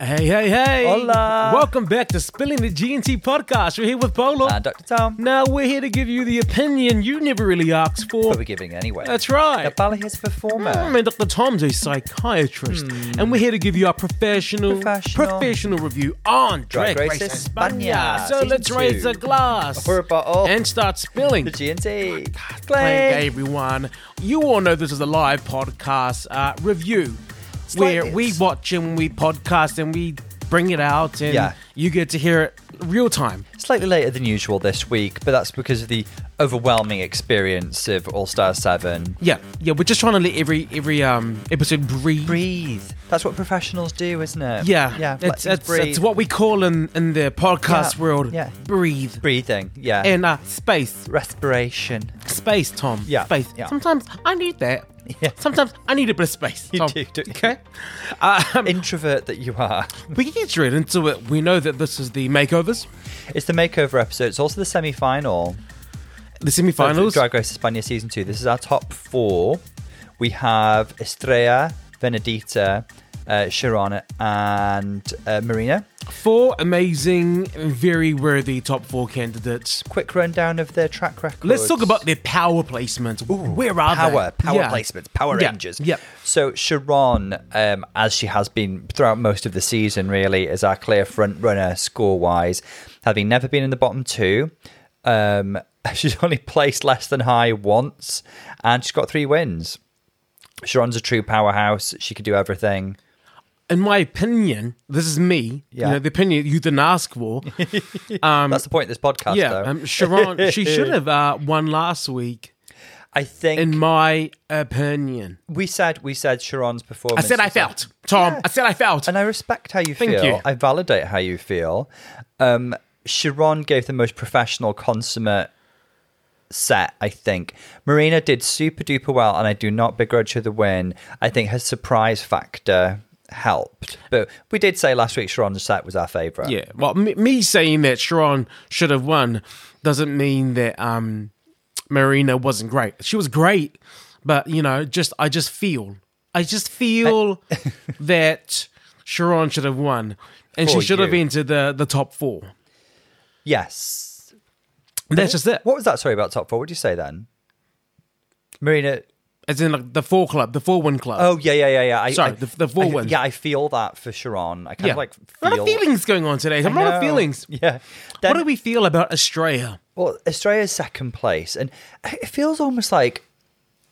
Hey, hey, hey! Hola. Welcome back to Spilling the GNT podcast. We're here with Bolo. Uh, Dr. Tom. now we're here to give you the opinion you never really asked for. But we're giving anyway. That's right. The ballet has a performer. Mm, and Dr. Tom's a psychiatrist, and we're here to give you our professional Professional. professional review on Drag, Race España. So Season let's raise two. a glass Pour a bottle. and start spilling. The GNT. Hey, Glenn. everyone. You all know this is a live podcast uh, review like where this. we watch and we podcast and we bring it out and Yeah. you get to hear it real time. Slightly later than usual this week, but that's because of the overwhelming experience of All Star 7. Yeah, yeah, we're just trying to let every every um episode breathe. Breathe. That's what professionals do, isn't it? Yeah, Yeah. let it's, things it's, breathe. it's what we call in, in the podcast Yeah, world yeah. breathe. Breathing. Yeah. And uh, space, Respiration. space, Tom. Yeah, space. yeah. Sometimes I need that. Yeah. Sometimes I need a bit of space. You Tom. do, don't you? Okay. Um, Introvert that you are. We can get straight into it. We know that this is the makeovers, It's the makeover episode. It's also the semi final. the semi-finals. Drag Race España season two. This is our top four. We have Estrella, Benedita, uh, Sharon, and uh, Marina. Four amazing, very worthy top four candidates. Quick rundown of their track record. Let's talk about their power placement. Where are they? power, power Yeah. placements, power Yeah, rangers. Yeah. So Sharon, um, as she has been throughout most of the season, really is our clear front runner score wise, having never been in the bottom two. Um, she's only placed less than high once, and she's got three wins. Sharon's a true powerhouse. She could do everything. In my opinion, this is me. Yeah. You know, the opinion you didn't ask for. Um, That's the point of this podcast, yeah. though. Um, Sharon, she should have uh, won last week, I think in my opinion. we said we said Sharon's I performance. said I was a- felt, Tom. I said I felt. And I respect how you Thank feel. you. I validate how you feel. Um, Sharon gave the most professional, consummate set, I think. Marina did super duper well, and I do not begrudge her the win. I think her surprise factor helped. But we did say last week Sharon's set was our favourite. Yeah. Well, me, me saying that Sharon should have won doesn't mean that um, Marina wasn't great. She was great, but you know, just I just feel, I just feel that Sharon should have won, and she For should have you. entered the the top four. Yes. That's just it. What was that story about top four? What did you say then? Marina. As in like the four club, the four win club. Oh, yeah, yeah, yeah, yeah. I, Sorry, I- the- the four I- wins. Yeah, I feel that for Sharon. I kind yeah. of like a feel. lot of feelings going on today. A lot of No. feelings. Yeah. What Then- do we feel about Australia? Well, Estrella's second place, and it feels almost like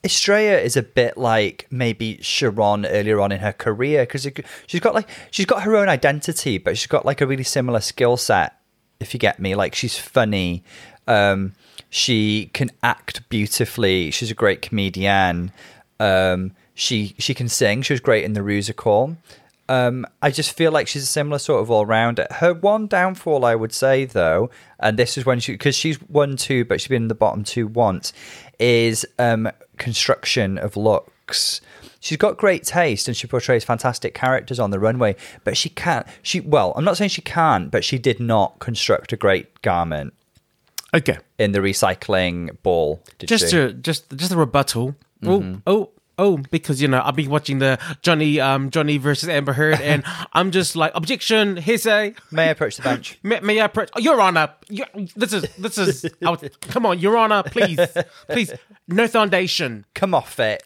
Estrella is a bit like maybe Sharon earlier on in her career because she's got like she's got her own identity, but she's got like a really similar skill set. If you get me, like she's funny, um, she can act beautifully, she's a great comedian, um, she she can sing, she was great in the musical. Um, I just feel like she's a similar sort of all rounder. Her one downfall, I would say, though, and this is when she because she's won two, but she's been in the bottom two once, is um, construction of looks. She's got great taste and she portrays fantastic characters on the runway, but she can't. She well, I'm not saying she can't, but she did not construct a great garment Okay. in the recycling ball. Did just she? to just just a rebuttal. Oh oh oh, because you know I've been watching the Johnny um Johnny versus Amber Heard, and I'm just like objection hearsay. may I approach the bench? May, may I approach? Oh, Your Honor, you, this is this is. out come on, Your Honor, please, please, no foundation. Come off it.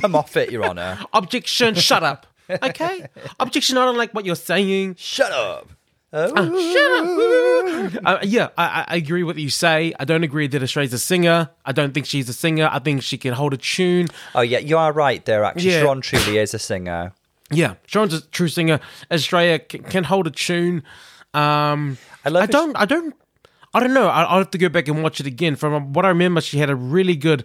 Come off it, Your Honour. Objection, shut up. Okay, objection. I don't like what you're saying. Shut up. Oh. Uh, yeah, I, I- I agree with what you say. I don't agree that Australia's a singer. I don't think she's a singer. I think she can hold a tune. Oh yeah, you are right there. Actually, Yeah. Sharon truly is a singer. Yeah, Sharon's a true singer. Australia can, can hold a tune. Um, I love I it. don't. I don't. I don't know. I, I'll have to go back and watch it again. From what I remember, she had a really good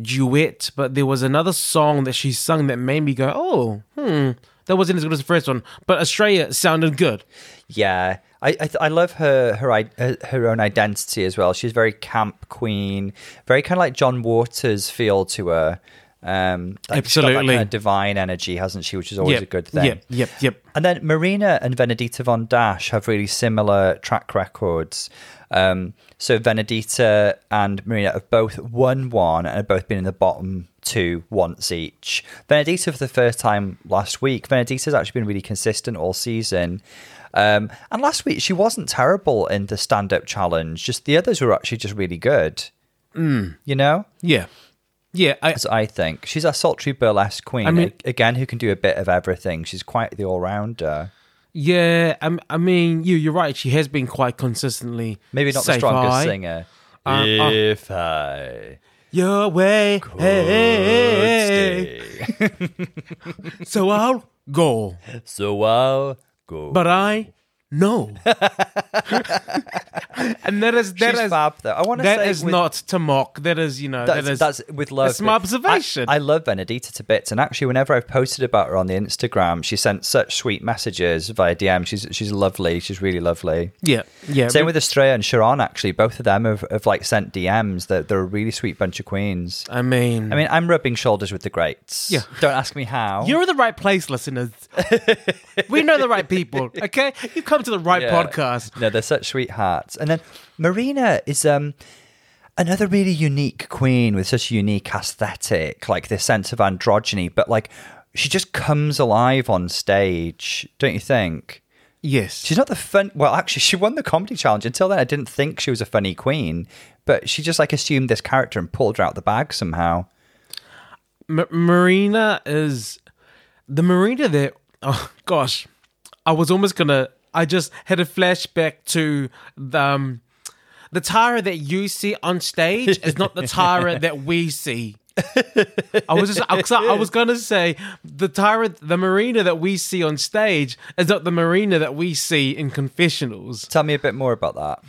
duet, but there was another song that she sung that made me go, "Oh, hmm, that wasn't as good as the first one." But Australia sounded good. Yeah, I I, th- I love her her i- her her own identity as well. She's very camp queen, very kind of like John Waters feel to her. Um, like, she's got that Absolutely. kind of divine energy, hasn't she? Which is always yep, a good thing. Yep, yep, yep. And then Marina and Venedita von Dash have really similar track records. Um, so Venedita and Marina have both won one and have both been in the bottom two once each. Venedita for the first time last week. Venedita's actually been really consistent all season. Um, and last week she wasn't terrible in the stand-up challenge. Just the others were actually just really good. Hmm. You know, Yeah. Yeah. I, as I think she's a sultry burlesque queen I mean- a- again who can do a bit of everything. She's quite the all-rounder. yeah. I'm- I, mean, you, you're right. She has been quite consistently. Maybe not the safe strongest eye. singer. Uh, uh, if I Your way. hey, stay, so I'll go. so I'll go. But I know. and that is that She's is- fab, though. I wanna that say is with- not to mock. That is you know that's, that is that's with love. That's my observation. I, I love Benedita to bits, and actually, whenever I've posted about her on the Instagram, she sent such sweet messages via DM. She's she's lovely. She's really lovely. yeah yeah. Same with Estrella and Sharon. Actually, both of them have, have like sent DMs. They're, they're a really sweet bunch of queens. I mean, I mean, I'm rubbing shoulders with the greats. Yeah. Don't ask me how. You're in the right place, listeners. we know the right people, okay? You come to the right Yeah. podcast. No, they're such sweethearts. And then Marina is um another really unique queen with such a unique aesthetic, like this sense of androgyny, but like she just comes alive on stage, don't you think? Yes. She's not the fun. Well, actually, she won the comedy challenge. Until then, I didn't think she was a funny queen, but she just like assumed this character and pulled her out the bag somehow. M- Marina is the Marina that oh gosh, I was almost gonna. I just had a flashback to the um, the Tara that you see on stage is not the Tara that we see. I was just I, 'cause I was gonna say the Tara the Marina that we see on stage is not the Marina that we see in confessionals. Tell me a bit more about that.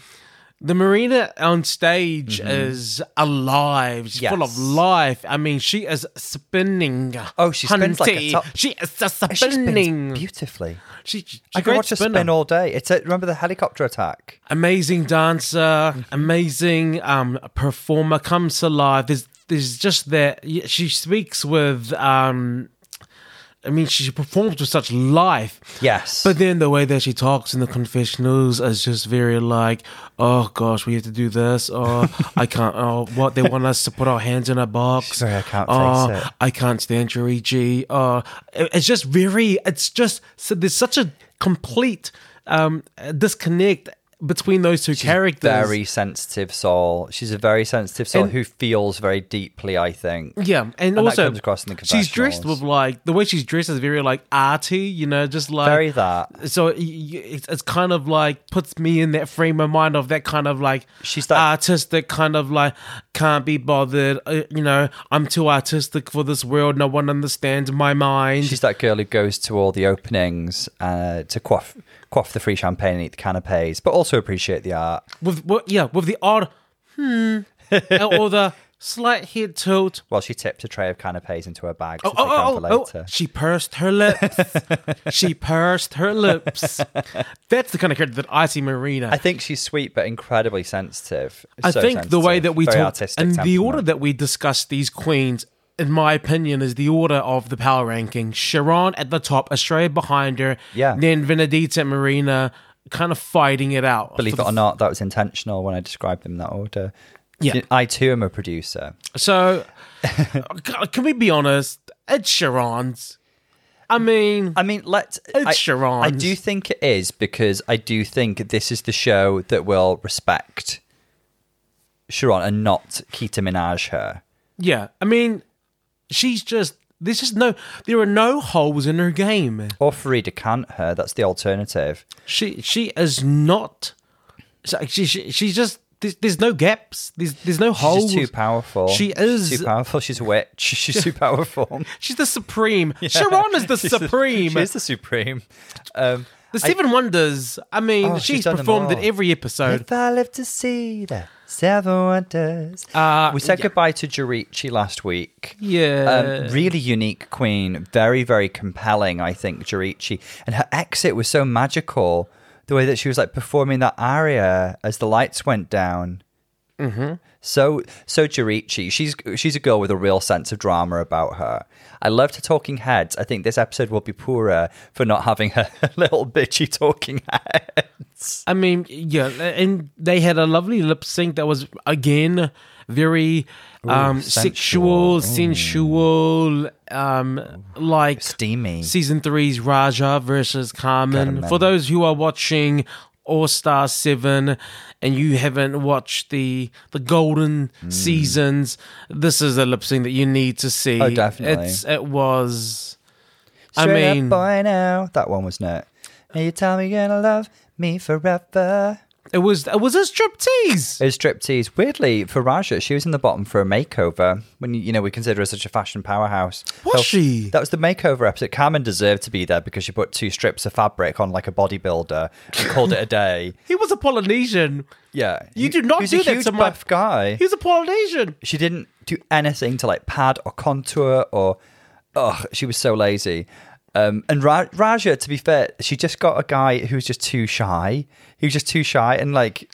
The marina on stage is alive. She's full of Mm-hmm. Yes. life. I mean, she is spinning. Oh, she spins like a top- She is a She spins spinning. She, beautifully. she, she I could great watch her spinner. spin all day. It's a, remember the helicopter attack. amazing Mm-hmm. dancer, amazing um, performer. Comes alive. There's there's just that. yeah, She speaks with. Um, I mean, she performs with such life. Yes. But then the way that she talks in the confessionals is just very like, oh gosh, we have to do this. Oh, I can't. Oh, what they want us to put our hands in a box. Sorry, I can't oh, face it. I can't stand your EG. Oh, it- it's just very. It's just so there's such a complete um disconnect between those two characters. very sensitive soul. She's a very sensitive soul And- who feels very deeply. I think. yeah, and, that also comes across in the she's dressed confessionals. with like the way she's dressed is very like arty, you know, just like Very that. so y- y- it's, it's kind of like puts me in that frame of mind of that kind of like She's that- artistic kind of like can't be bothered uh, you know i'm too artistic for this world no one understands my mind She's that girl who goes to all the openings uh, to quaff quaff the free champagne and eat the canapes, but also appreciate the art. with what yeah with the odd hmm or the slight head tilt Well, she tipped a tray of canapes into her bag to Oh, oh, take oh, home for oh, later. she pursed her lips. she pursed her lips. That's the kind of character that I see Marina. I think she's sweet but incredibly sensitive. I So think the way sensitive. that we Very talk artistic and the temperament. order that we discuss these queens, in my opinion, is the order of the power ranking. Sharon at the top, Australia behind her, Yeah. Then Venedita and Marina, kind of fighting it out. Believe it or not, that was intentional when I described them in that order. Yeah. I too am a producer. So, c- can we be honest? It's Sharon's. I mean, I mean, let's. It's I, Sharon's. I do think it is because I do think this is the show that will respect Sharon and not Keita Minaj her. yeah. I mean, she's just. There's just no. There are no holes in her game. Or Farida Kant her. That's the alternative. She she is not. She she, she just. There's, there's no gaps. There's there's no She's holes. just too powerful. She She's is- too powerful. She's a witch. She's too powerful. She's the supreme. Sharon is the She's supreme. She is the supreme. Um, the Seven Wonders. I mean, Oh, she's, she's done them performed in all. every episode. If I live to see the seven wonders. Uh, we said yeah. goodbye to Jurichi last week. Yeah. Um, really unique queen. Very, very compelling, I think, Jurichi. And her exit was so magical. The way that she was like performing that aria as the lights went down. Mm-hmm. So so Jurichi, she's she's a girl with a real sense of drama about her. I loved her talking heads. I think this episode will be poorer for not having her little bitchy talking heads. I mean, yeah, and they had a lovely lip sync that was again very um, sensual. Mm. sexual, sensual, um, like Steamy. season three's Raja versus Carmen. Carmen. For those who are watching All Star Seven and you haven't watched the the golden Hmm. seasons, this is a lip sync that you need to see. Oh, definitely. It's it was. I Straight up mean- boy now. That one was not. And you tell me you're gonna love me forever. It was it was a striptease. It was striptease. Weirdly, for Raja, she was in the bottom for a makeover. When you know we consider her such a fashion powerhouse. Was she? That was the makeover episode. Carmen deserved to be there because she put two strips of fabric on like a bodybuilder and called it a day. He was a Polynesian. Yeah, You He- do not he was do a that huge to my- buff guy. He was a Polynesian. She didn't do anything to like pad or contour or. Ugh, she was so lazy. Um, and Ra- Raja, to be fair, she just got a guy who was just too shy. He was just too shy and like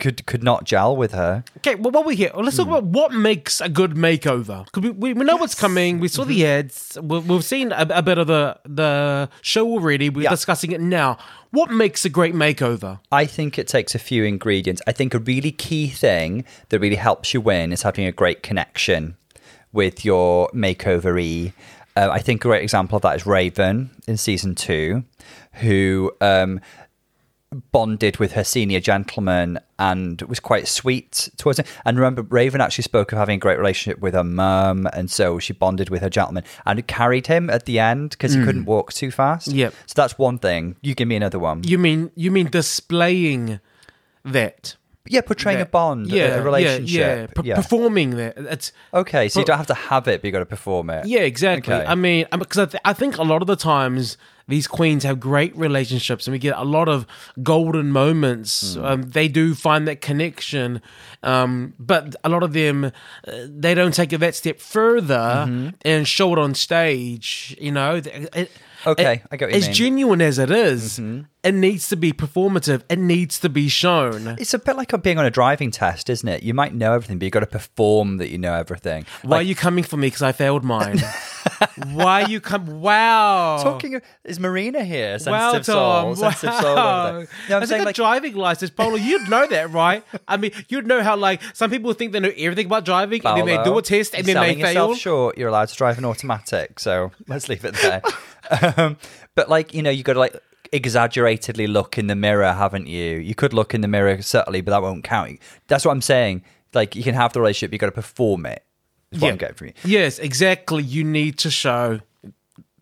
could could not gel with her. Okay, well, while we're here, let's Hmm. talk about what makes a good makeover. 'Cause we, we, we know what's coming. We saw the Mm-hmm. ads. We, we've seen a, a bit of the, the show already. We're Yeah. discussing it now. What makes a great makeover? I think it takes a few ingredients. I think a really key thing that really helps you win is having a great connection with your makeover e. Uh, I think a great example of that is Raven in season two, who um, bonded with her senior gentleman and was quite sweet towards him. And remember, Raven actually spoke of having a great relationship with her mum, and so she bonded with her gentleman and carried him at the end because he couldn't walk too fast. Yep. So that's one thing. You give me another one. You mean you mean displaying that? Yeah, portraying a that- bond, a- a, relationship. yeah, yeah. P- performing that. It's okay, so you per- don't have to have it, but you got to perform it. yeah, exactly. Okay. I mean, because I, th- I think a lot of the times these queens have great relationships, and we get a lot of golden moments. Hmm. Um, they do find that connection, um, but a lot of them uh, they don't take it that step further Mm-hmm. and show it on stage. You know, Th- it- Okay, it- I get what you as mean. Mm-hmm. genuine as it is, It needs to be performative. It needs to be shown. It's a bit like being on a driving test, isn't it? You might know everything, but you got to perform that you know everything. Why are you coming for me? Because I failed mine. Why are you come? Wow. Talking of, is Marina here? Sensitive Wow, Tom. soul, sensitive soul. over Wow. there. No, I'm That's saying like a like driving license, Paolo. You'd know that, right? I mean, you'd know how like some people think they know everything about driving, and then they do Paolo, a test, and you're then they selling yourself fail. Short, you're allowed to drive an automatic, so let's leave it there. um, but like you know, you got to like exaggeratedly look in the mirror, haven't you? You could look in the mirror certainly, but that won't count. That's what I'm saying. Like you can have the relationship, you got to perform it. Is what I'm getting from you. Yes, exactly. You need to show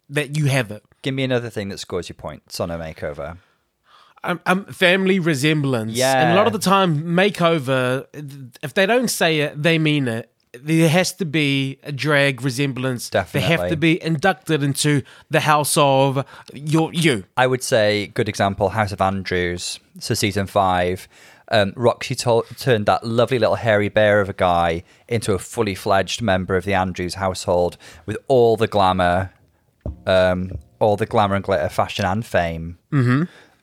that you have it. Give me another thing that scores you points on a makeover. um, um, family resemblance. Yeah. And a lot of the time, makeover, if they don't say it, they mean it. There has to be a drag resemblance. They Definitely. have to be inducted into the house of your you. I would say good example House of Andrews, so season five. Um, Roxy to- turned that lovely little hairy bear of a guy into a fully fledged member of the Andrews household with all the glamour, um, all the glamour and glitter, fashion and fame.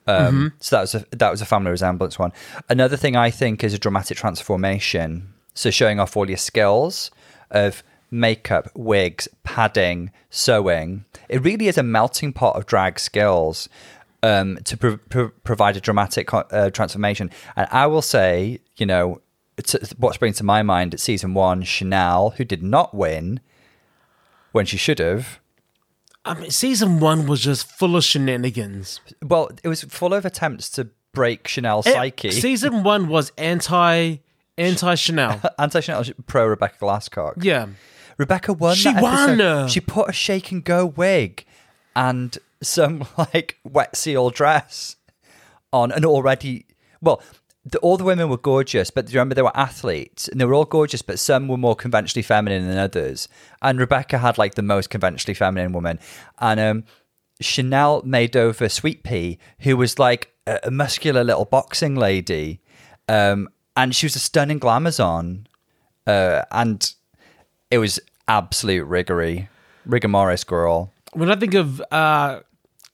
Um, So that was a, that was a family resemblance one. Another thing I think is a dramatic transformation. So showing off all your skills of makeup, wigs, padding, sewing. It really is a melting pot of drag skills um, to pro- pro- provide a dramatic co- uh, transformation. And I will say, you know, it's, it's what springs to my mind at season one, Chanel, who did not win when she should have. I mean, season one was just full of shenanigans. Well, it was full of attempts to break Chanel's psyche. Season one was anti anti Chanel. Anti Chanel pro Rebecca Glasscock. Yeah. Rebecca won. She that episode. won! She put a shake and go wig and some like wet seal dress on an already well. The, all the women were gorgeous, but do you remember they were athletes and they were all gorgeous, but some were more conventionally feminine than others. And Rebecca had like the most conventionally feminine woman. And um, Chanel made over Sweet Pea, who was like a, a muscular little boxing lady. Um, and she was a stunning glamazon. Uh, and it was absolute riggery. Rigor mortis girl. When I think of, uh,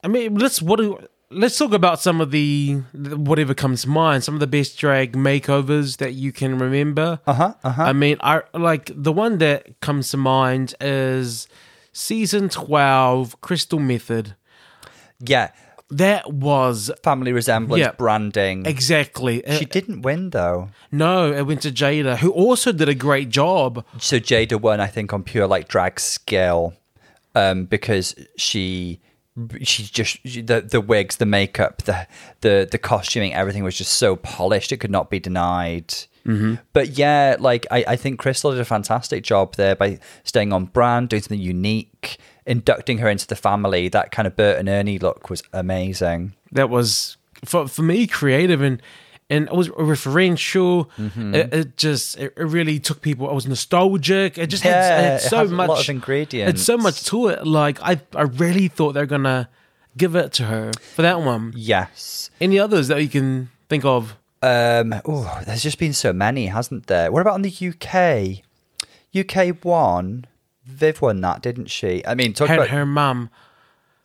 I mean, let's what do let's talk about some of the the- whatever comes to mind. Some of the best drag makeovers that you can remember. Uh Uh-huh, huh. Uh huh. I mean, I like the one that comes to mind is season twelve, Crystal Method. Yeah, That was family resemblance, Yeah. branding. exactly. it- she didn't win though. no, it went to Jada, who also did a great job. So Jada won, I think, on pure like drag skill, um, because she she just she, the the wigs, the makeup, the the the costuming, everything was just so polished; it could not be denied. Mm-hmm. But yeah, like I, I think Crystal did a fantastic job there by staying on brand, doing something unique, inducting her into the family. That kind of Bert and Ernie look was amazing. that was for for me creative and and it was referential. Mm-hmm. It, it just it, it really took people. I was nostalgic. It just had- Yeah, it had, it so has a lot much of ingredients. It's so much to it. Like I I really thought they're gonna give it to her for that one. Yes. Any others that you can think of? Um, ooh, there's just been so many, hasn't there? What about in the UK? UK won. Viv won that, didn't she? I mean, talk Her about her mum.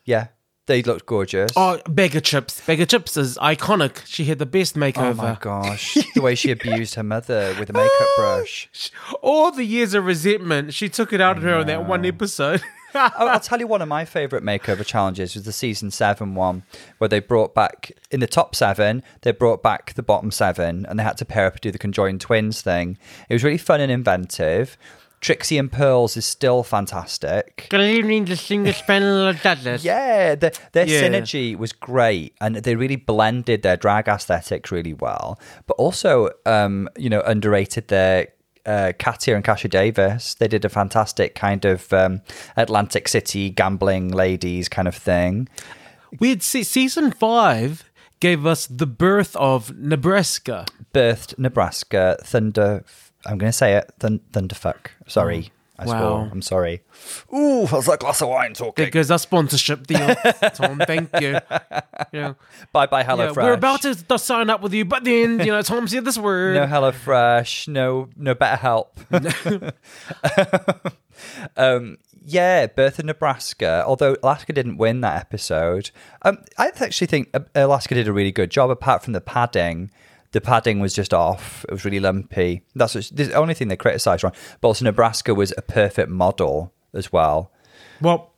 yeah, they looked gorgeous. Oh, Beggar Chips. Beggar Chips is iconic. She had the best Oh makeover. my gosh, the way she abused her mother with a makeup brush. All the years of resentment, she took it out of her on that one episode. I'll, I'll tell you one of my favourite makeover challenges was the season seven one, where they brought back in the top seven, they brought back the bottom seven, and they had to pair up and do the conjoined twins thing. It was really fun and inventive. Trixie and Pearls is still fantastic. Good evening, distinguished panel of judges. Yeah, the, their Yeah. synergy was great, and they really blended their drag aesthetics really well. But also, um, you know, underrated their uh, Katia and Kasha Davis. They did a fantastic kind of um, Atlantic City gambling ladies kind of thing. We had se- season five gave us the birth of Nebraska. Birthed Nebraska Thunder. I'm going to say it thun, Thunderfuck. Sorry. I Oh. Wow. swore. I'm sorry. Ooh, how's that glass of wine talking? There goes our sponsorship deal, Tom. Thank you. You know, Bye bye, you Hello know, Fresh. we're about to th- sign up with you, but then you know Tom said this word. No Hello Fresh, no no better help. um yeah, Birth in Nebraska. Although Alaska didn't win that episode, um, I actually think uh, Alaska did a really good job. Apart from the padding, the padding was just off. It was really lumpy. That's what, the only thing they criticised wrong. But also Nebraska was a perfect model as well. Well,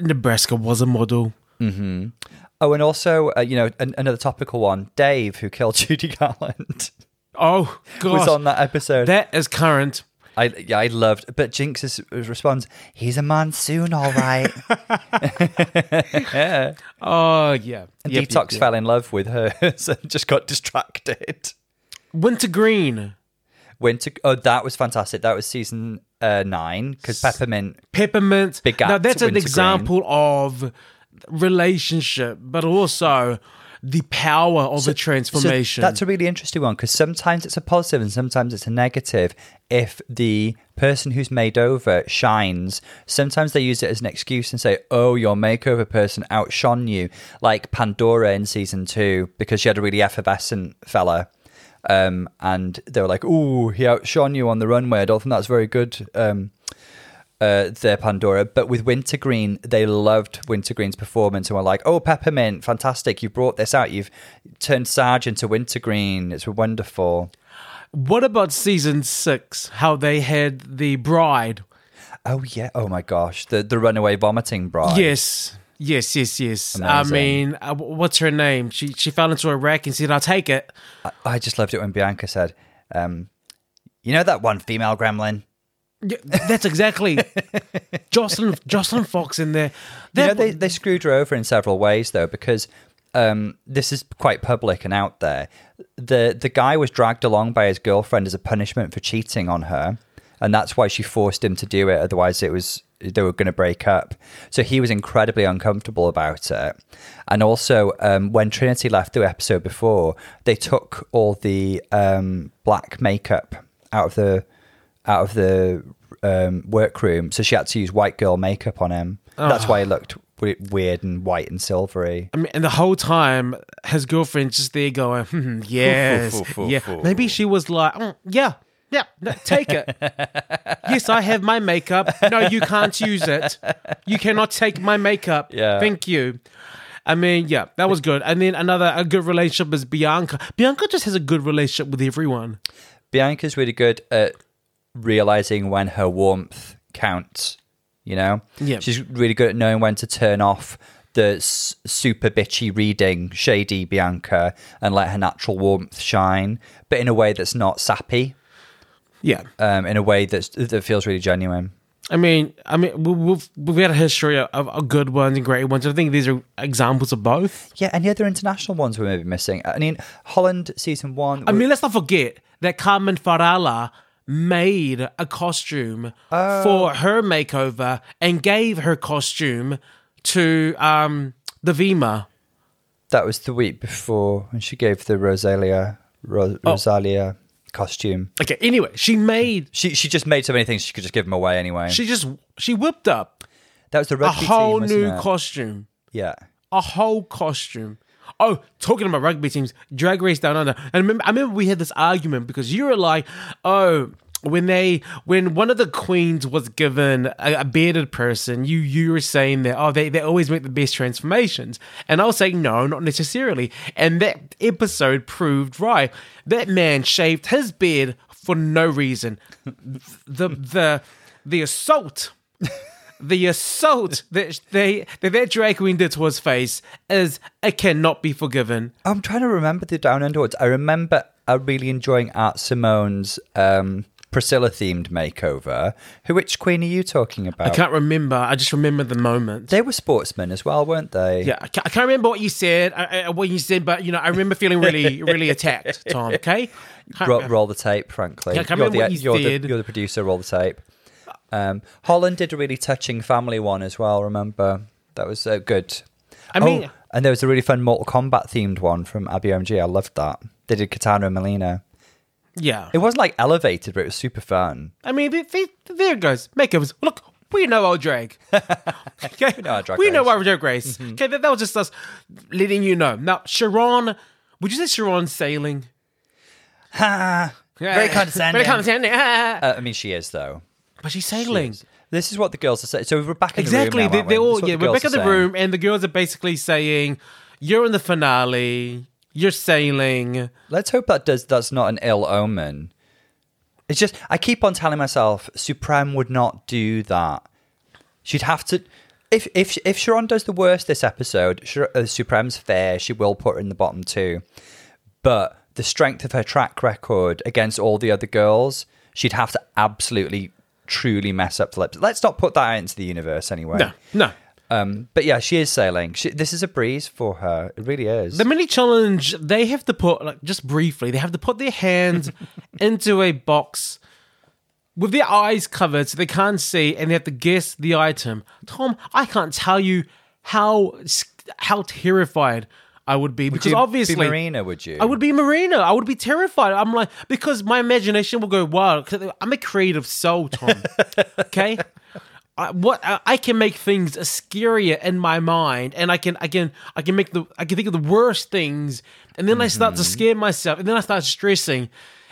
Nebraska was a model. Oh, and also uh, you know an, another topical one. Dave, who killed Judy Garland, Oh gosh, was on that episode. that is current. I yeah, I loved, but Jinx's response: "He's a monsoon, all right." Oh yeah, And Yep, Detox yep, yep. fell in love with hers and just got distracted. Wintergreen, Went to oh, that was fantastic. That was season uh, nine because Peppermint. peppermint. Big now Act, that's an Wintergreen. example of relationship, but also the power of the So transformation. that's a really interesting one because sometimes it's a positive and sometimes it's a negative. If the person who's made over shines, sometimes they use it as an excuse and say, "Oh, your makeover person outshone you," like Pandora in season two because she had a really effervescent fella. Um, and they were like, "Ooh, he outshone you on the runway." I don't think that's very good. Um, uh, their Pandora, but with Wintergreen, they loved Wintergreen's performance and were like, "Oh, Peppermint, fantastic! You brought this out. You've turned Sarge into Wintergreen. It's wonderful." What about season six? How they had the bride? Oh yeah! Oh my gosh! The the runaway vomiting bride. Yes, yes, yes, yes. I Amazing. mean, uh, w- what's her name? She she fell into a wreck and said, "I'll take it." I, I just loved it when Bianca said, um, "You know that one female gremlin." Yeah, That's exactly Jocelyn Jocelyn Fox in there. That you know, they, they screwed her over in several ways though, because um, this is quite public and out there. The the guy was dragged along by his girlfriend as a punishment for cheating on her, and that's why she forced him to do it. Otherwise, it was they were going to break up. So he was incredibly uncomfortable about it. And also, um, when Trinity left the episode before, they took all the um, black makeup out of the out of the um, workroom, so she had to use white girl makeup on him. That's why he Ah. looked w- weird and white and silvery. I mean, and the whole time, his girlfriend's just there going, hmm, yes, yeah. Maybe she was like, "Mm, yeah, yeah, no, take it. yes, I have my makeup. No, you can't use it. You cannot take my makeup. Yeah. Thank you. I mean, yeah, that was good. And then another a good relationship is Bianca. Bianca just has a good relationship with everyone. Bianca's really good at realizing when her warmth counts. You know, Yeah. she's really good at knowing when to turn off the s- super bitchy reading, shady Bianca, and let her natural warmth shine, but in a way that's not sappy, Yeah, um, in a way that's, that feels really genuine. I mean, I mean, we- we've we've had a history of, of good ones and great ones. I think these are examples of both. Yeah, any other international ones we may be missing? I mean, Holland season one. I mean, let's not forget that Carmen Farala made a costume Oh. for her makeover and gave her costume to um the Vima. that was the week before when she gave the Rosalia Ro- Oh. Rosalia costume. Okay, anyway, she made She she just made so many things she could just give them away anyway. she just she whipped up that was the a rugby whole team, wasn't new it? costume. yeah. a whole costume. Oh, talking about rugby teams, Drag Race Down Under, and remember, I remember we had this argument because you were like, "Oh, when they, when one of the queens was given a, a bearded person, you you were saying that oh, they they always make the best transformations," and I was saying, "No, not necessarily," and that episode proved right. That man shaved his beard for no reason. the the the assault the assault that they that that drag queen did to his face is it cannot be forgiven. I'm trying to remember the Down Under ones. I remember I really enjoying Art Simone's um, Priscilla themed makeover. Who which queen are you talking I about? can't remember. I just remember the moment. They were sportsmen as well, weren't they? Yeah, I can't, I can't remember what you said, uh, uh, what you said, but you know, I remember feeling really, really attacked, Tom. Okay, Can't- Roll, roll the tape, frankly. Yeah, I can't you're, remember what the, you you're, said. The, you're the producer, roll the tape. Um, Holland did a really touching family one as well, remember? That was uh, good. Oh, I mean- and there was a really fun Mortal Kombat themed one from Abby OMG. I loved that. They did Katana and Melina. yeah. It wasn't like elevated, but it was super fun. I mean, they, they, there it goes. Makeovers. Look, we know our drag. okay, we know our Mm-hmm. drag We know race. our drag race. Okay, that, that was just us letting you know. Now, Sharon, would you say Sharon's sailing? Ha! Very condescending. Very condescending. ah. Uh, I mean, she is, though. but she's sailing. This is what the girls are saying. So we're back in Exactly. the room. now, they, they're aren't we? This all is what yeah. the girls We're back are in the saying. room, and the girls are basically saying, "You're in the finale. You're sailing." Let's hope that does that's not an ill omen. It's just I keep on telling myself Supreme would not do that. She'd have to if if if Sharon does the worst this episode, Shar- uh, Supreme's fair. She will put her in the bottom two, but the strength of her track record against all the other girls, she'd have to absolutely truly mess up the lips. Let's not put that out into the universe anyway. No, no. Um, but yeah, she is sailing. She, this is a breeze for her. It really is. The mini challenge they have to put like just briefly. They have to put their hands into a box with their eyes covered, so they can't see, and they have to guess the item. Tom, I can't tell you how s- how terrified I would be because You'd be obviously Marina, would you? I would be Marina. I would be terrified. I'm like because my imagination will go wild. 'Cause I'm a creative soul, Tom. okay, I, what I, I can make things scarier in my mind, and I can I can I can make the I can think of the worst things, and then I start to scare myself, and then I start stressing,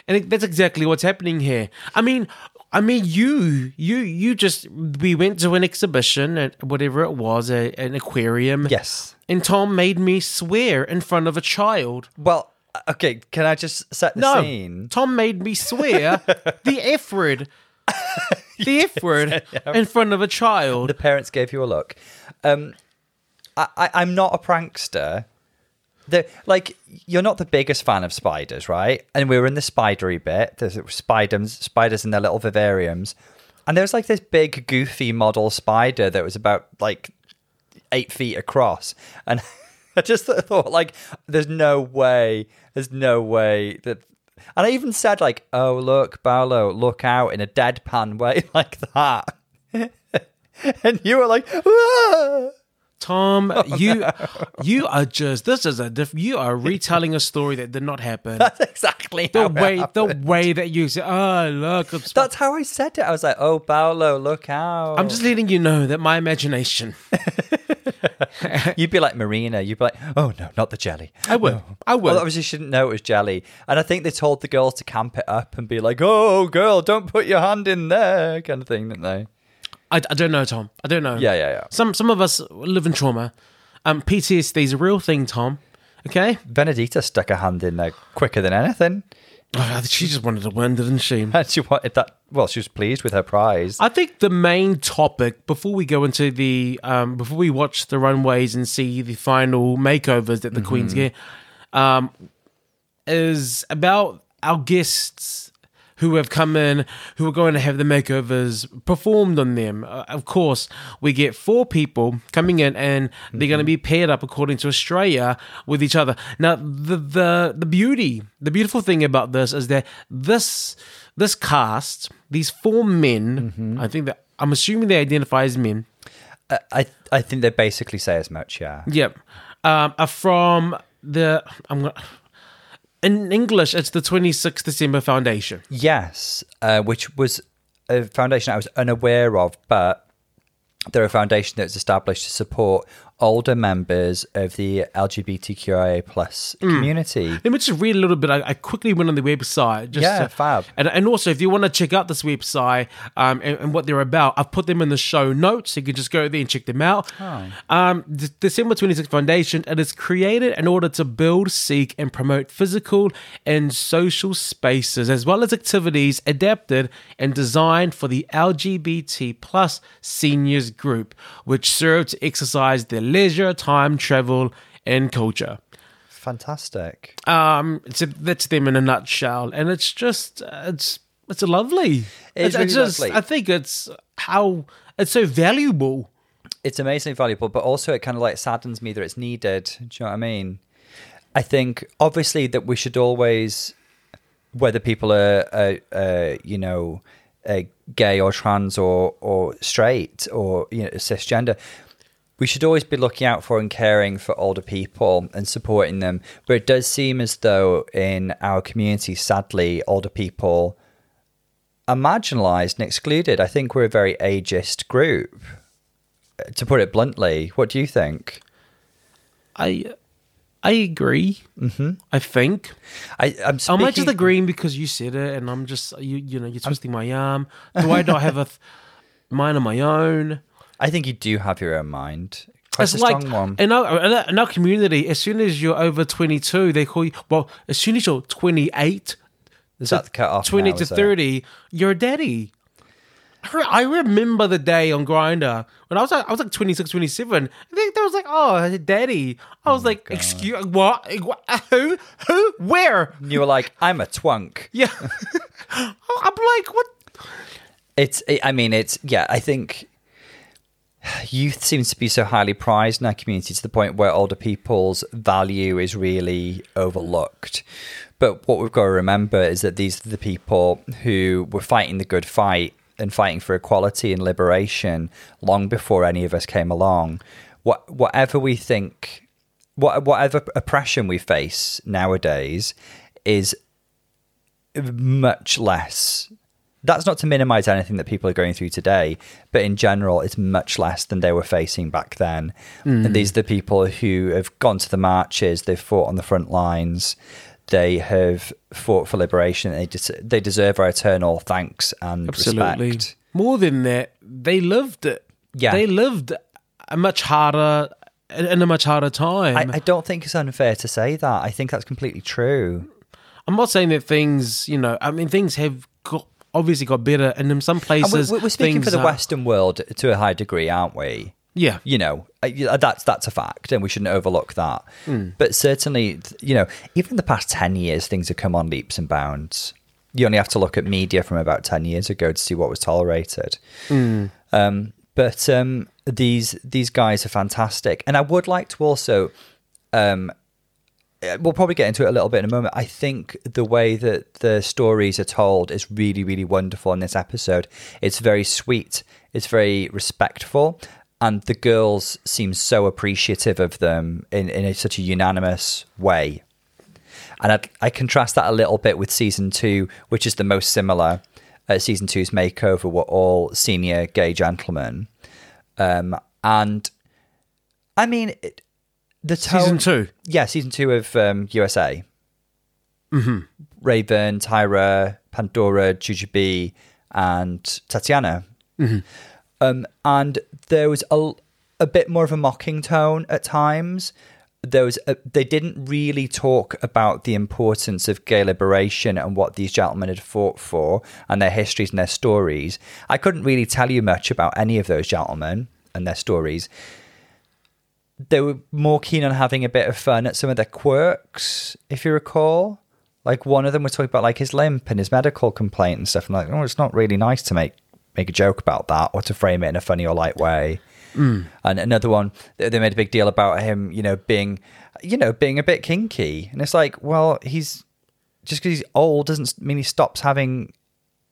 and it- that's exactly what's happening here. I mean. I mean, you, you, you just, we went to an exhibition at whatever it was, a, an aquarium. Yes. And Tom made me swear in front of a child. Well, uh, okay. Can I just set the No, scene? Tom made me swear the F word, the F word in front of a child. The parents gave you a look. Um, I, I, I'm not a prankster. The, like you're not the biggest fan of spiders, right? And we were in the spidery bit. There's spiders, spiders in their little vivariums, and there's like this big goofy model spider that was about like eight feet across. And I just th- thought, like, there's no way, there's no way that. And I even said, like, oh, look, Barlow, look out in a deadpan way, like that. and you were like, "Ah!" Tom, Oh, you, you are just this is a diff- you are retelling a story that did not happen. that's exactly how The it way, happened. the way that you say, oh look, I'm, sp- That's how I said it. I was like, oh, Paolo, look out. I'm just letting you know that my imagination. You'd be like Marina. You'd be like, oh, no, not the jelly. I will, I will. Well, obviously, she didn't know it Oh, was jelly. And I think they told the girls to camp it up and be like, oh, girl, don't put your hand in there, kind of thing, didn't they? I, I don't know, Tom. I don't know. Yeah, yeah, yeah. Some some of us live in trauma. Um, PTSD is a real thing, Tom. Okay. Benedita stuck her hand in there quicker than anything. Oh, she just wanted to win, didn't she? And she wanted that. Well, she was pleased with her prize. I think the main topic before we go into the um, before we watch the runways and see the final makeovers that the queens get um, is about our guests who have come in who are going to have the makeovers performed on them. Uh, of course, we get four people coming in and they're going to be paired up according to Australia with each other. Now, the the the beauty, the beautiful thing about this is that this this cast, these four men, I think that I'm assuming they identify as men. I, I, I think they basically say as much. Yeah. Yep. Um, are from the I'm gonna, in English, it's the 26th December Foundation. Yes, uh, which was a foundation I was unaware of, but they're a foundation that's established to support older members of the LGBTQIA plus community. Let me just read a little bit. I, I quickly went on the website. Just Yeah, to- fab. And, and also, if you want to check out this website um, and, and what they're about, I've put them in the show notes. You can just go there and check them out. Um, the December 26th Foundation, it is created in order to build, seek, and promote physical and social spaces, as well as activities adapted and designed for the LGBT plus seniors group, which serve to exercise their leisure, time, travel, and culture. Fantastic. Um, so that's them in a nutshell, and it's just uh, it's it's lovely. It is really just, lovely. I think it's how it's so valuable. It's amazingly valuable, but also it kind of like saddens me that it's needed. Do you know what I mean? I think obviously that we should always, whether people are, are, uh, you know, uh, gay or trans or or straight or you know cisgender, we should always be looking out for and caring for older people and supporting them. But it does seem as though in our community, sadly, older people are marginalised and excluded. I think we're a very ageist group. uh, To put it bluntly, what do you think? I I agree. Mm-hmm. I think I, I'm I speaking. might just agreeing because you said it, and I'm just you you know you're twisting my arm. Do I not have a th- mine of my own? I think you do have your own mind. Quite It's a like strong one. in our in our- in our community, as soon as you're over 22, they call you. Well, as soon as you're 28, Is that the cut off? 20 now, to is it? 30, you're a daddy. I re- I remember the day on Grinder when I was like, I was like 26, 27. I think there was like, oh, daddy. I Oh was like, excuse what? What? Who? Who? Where? You were like, I'm a twunk. Yeah. I'm like, what? It's. It, I mean, it's. Yeah, I think youth seems to be so highly prized in our community to the point where older people's value is really overlooked. But what we've got to remember is that these are the people who were fighting the good fight and fighting for equality and liberation long before any of us came along. What, whatever we think, what, whatever oppression we face nowadays is much less. That's not to minimize anything that people are going through today, but in general, it's much less than they were facing back then. And these are the people who have gone to the marches, they've fought on the front lines, they have fought for liberation. They des- they deserve our eternal thanks and respect. More than that, they lived it. Yeah. They lived a much harder, in a much harder time. I, I don't think it's unfair to say that. I think that's completely true. I'm not saying that things, you know, I mean, things have got, obviously got better, and in some And places, we're, we're speaking things for the are- Western world to a high degree, aren't we? Yeah, you know uh, yeah, that's that's a fact and we shouldn't overlook that but certainly th- you know even the past 10 years things have come on leaps and bounds you only have to look at media from about 10 years ago to see what was tolerated um, but um, these these guys are fantastic and i would like to also uh, we'll probably get into it a little bit in a moment. I think the way that the stories are told is really, really wonderful in this episode. It's very sweet, it's very respectful, and the girls seem so appreciative of them in, in a, such a unanimous way. And i I contrast that a little bit with season two, which is the most similar. Uh, season two's makeover were all senior gay gentlemen. Um, and I mean, it, the tone, season two. yeah, season two of um, USA. Mm-hmm. Raven, Tyra, Pandora, Jujubee, and Tatiana. Um, and there was a, a bit more of a mocking tone at times. There was a, they didn't really talk about the importance of gay liberation and what these gentlemen had fought for and their histories and their stories. I couldn't really tell you much about any of those gentlemen and their stories. They were more keen on having a bit of fun at some of their quirks, if you recall. Like one of them was talking about like his limp and his medical complaint and stuff. And like, oh, it's not really nice to make make a joke about that or to frame it in a funny or light way. And another one, th- they made a big deal about him, you know, being, you know, being a bit kinky. And it's like, well, he's just because he's old doesn't mean he stops having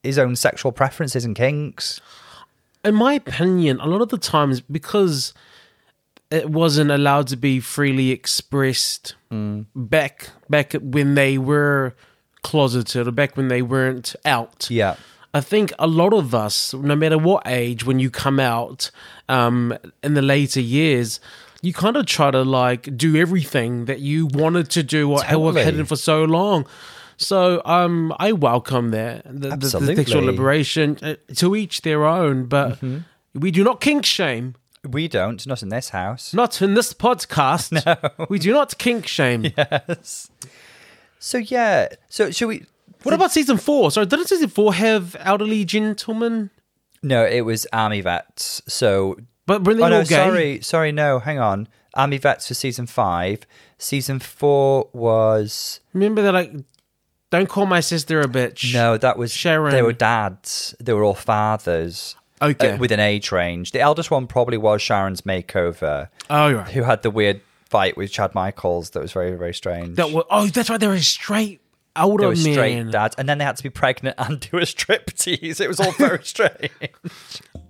his own sexual preferences and kinks. in my opinion, a lot of the times because it wasn't allowed to be freely expressed Mm. back back when they were closeted or back when they weren't out. Yeah. I think a lot of us, no matter what age, when you come out um, in the later years, you kind of try to like do everything that you wanted to do or have Totally. hidden for so long. So um, I welcome that the, the- the sexual Absolutely. liberation uh, to each their own, but Mm-hmm. we do not kink shame. We don't, not in this house. Not in this podcast. We do not kink shame. So yeah. So should we What about season four? Sorry, didn't season four have elderly gentlemen? No, it was army vets. So But were they Oh no, all gay? sorry, sorry, no, hang on. Army vets for season five. Season four was Remember they're like, don't call my sister a bitch. no, that was Sharon. They were dads. They were all fathers. Okay. uh, with an age range. The eldest one probably was Sharon's makeover, Oh, you're right. who had the weird fight with Chad Michaels that was very very strange. That was, oh, that's right. They were straight older they were straight men. dads, and then they had to be pregnant and do a striptease. It was all very strange.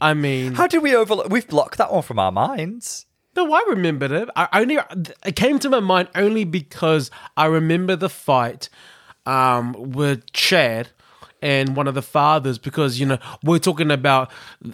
I mean, How did we overlook? We've blocked that one from our minds. no, I remembered it. I only it came to my mind only because I remember the fight um, with Chad and one of the fathers because you know we're talking about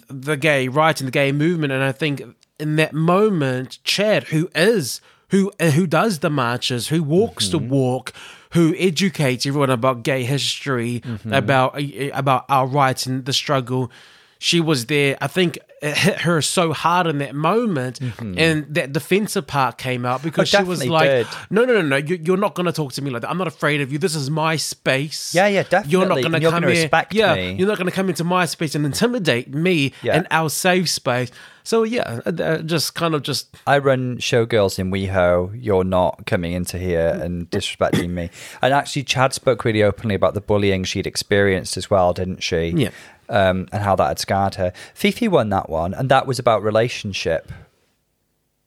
the gay rights and the gay movement, and I think in that moment, Chad, who is who who does the marches, who walks the walk, who educates everyone about gay history, about about our rights and the struggle. She was there. I think it hit her so hard in that moment, and that defensive part came out because she was Mm-hmm. Oh, definitely like, did. "No, no, no, no! You, you're not going to talk to me like that. I'm not afraid of you. This is my space. Yeah, yeah, You're not going definitely. to And you're come gonna here. respect yeah, me. you're not going to come into my space and intimidate me Yeah. and our safe space. So yeah, uh, uh, just kind of just I run showgirls in WeHo. You're not coming into here and disrespecting me. And actually, Chad spoke really openly about the bullying she'd experienced as well, didn't she? Yeah. Um, and how that had scarred her. Fifi won that one, and that was about relationship.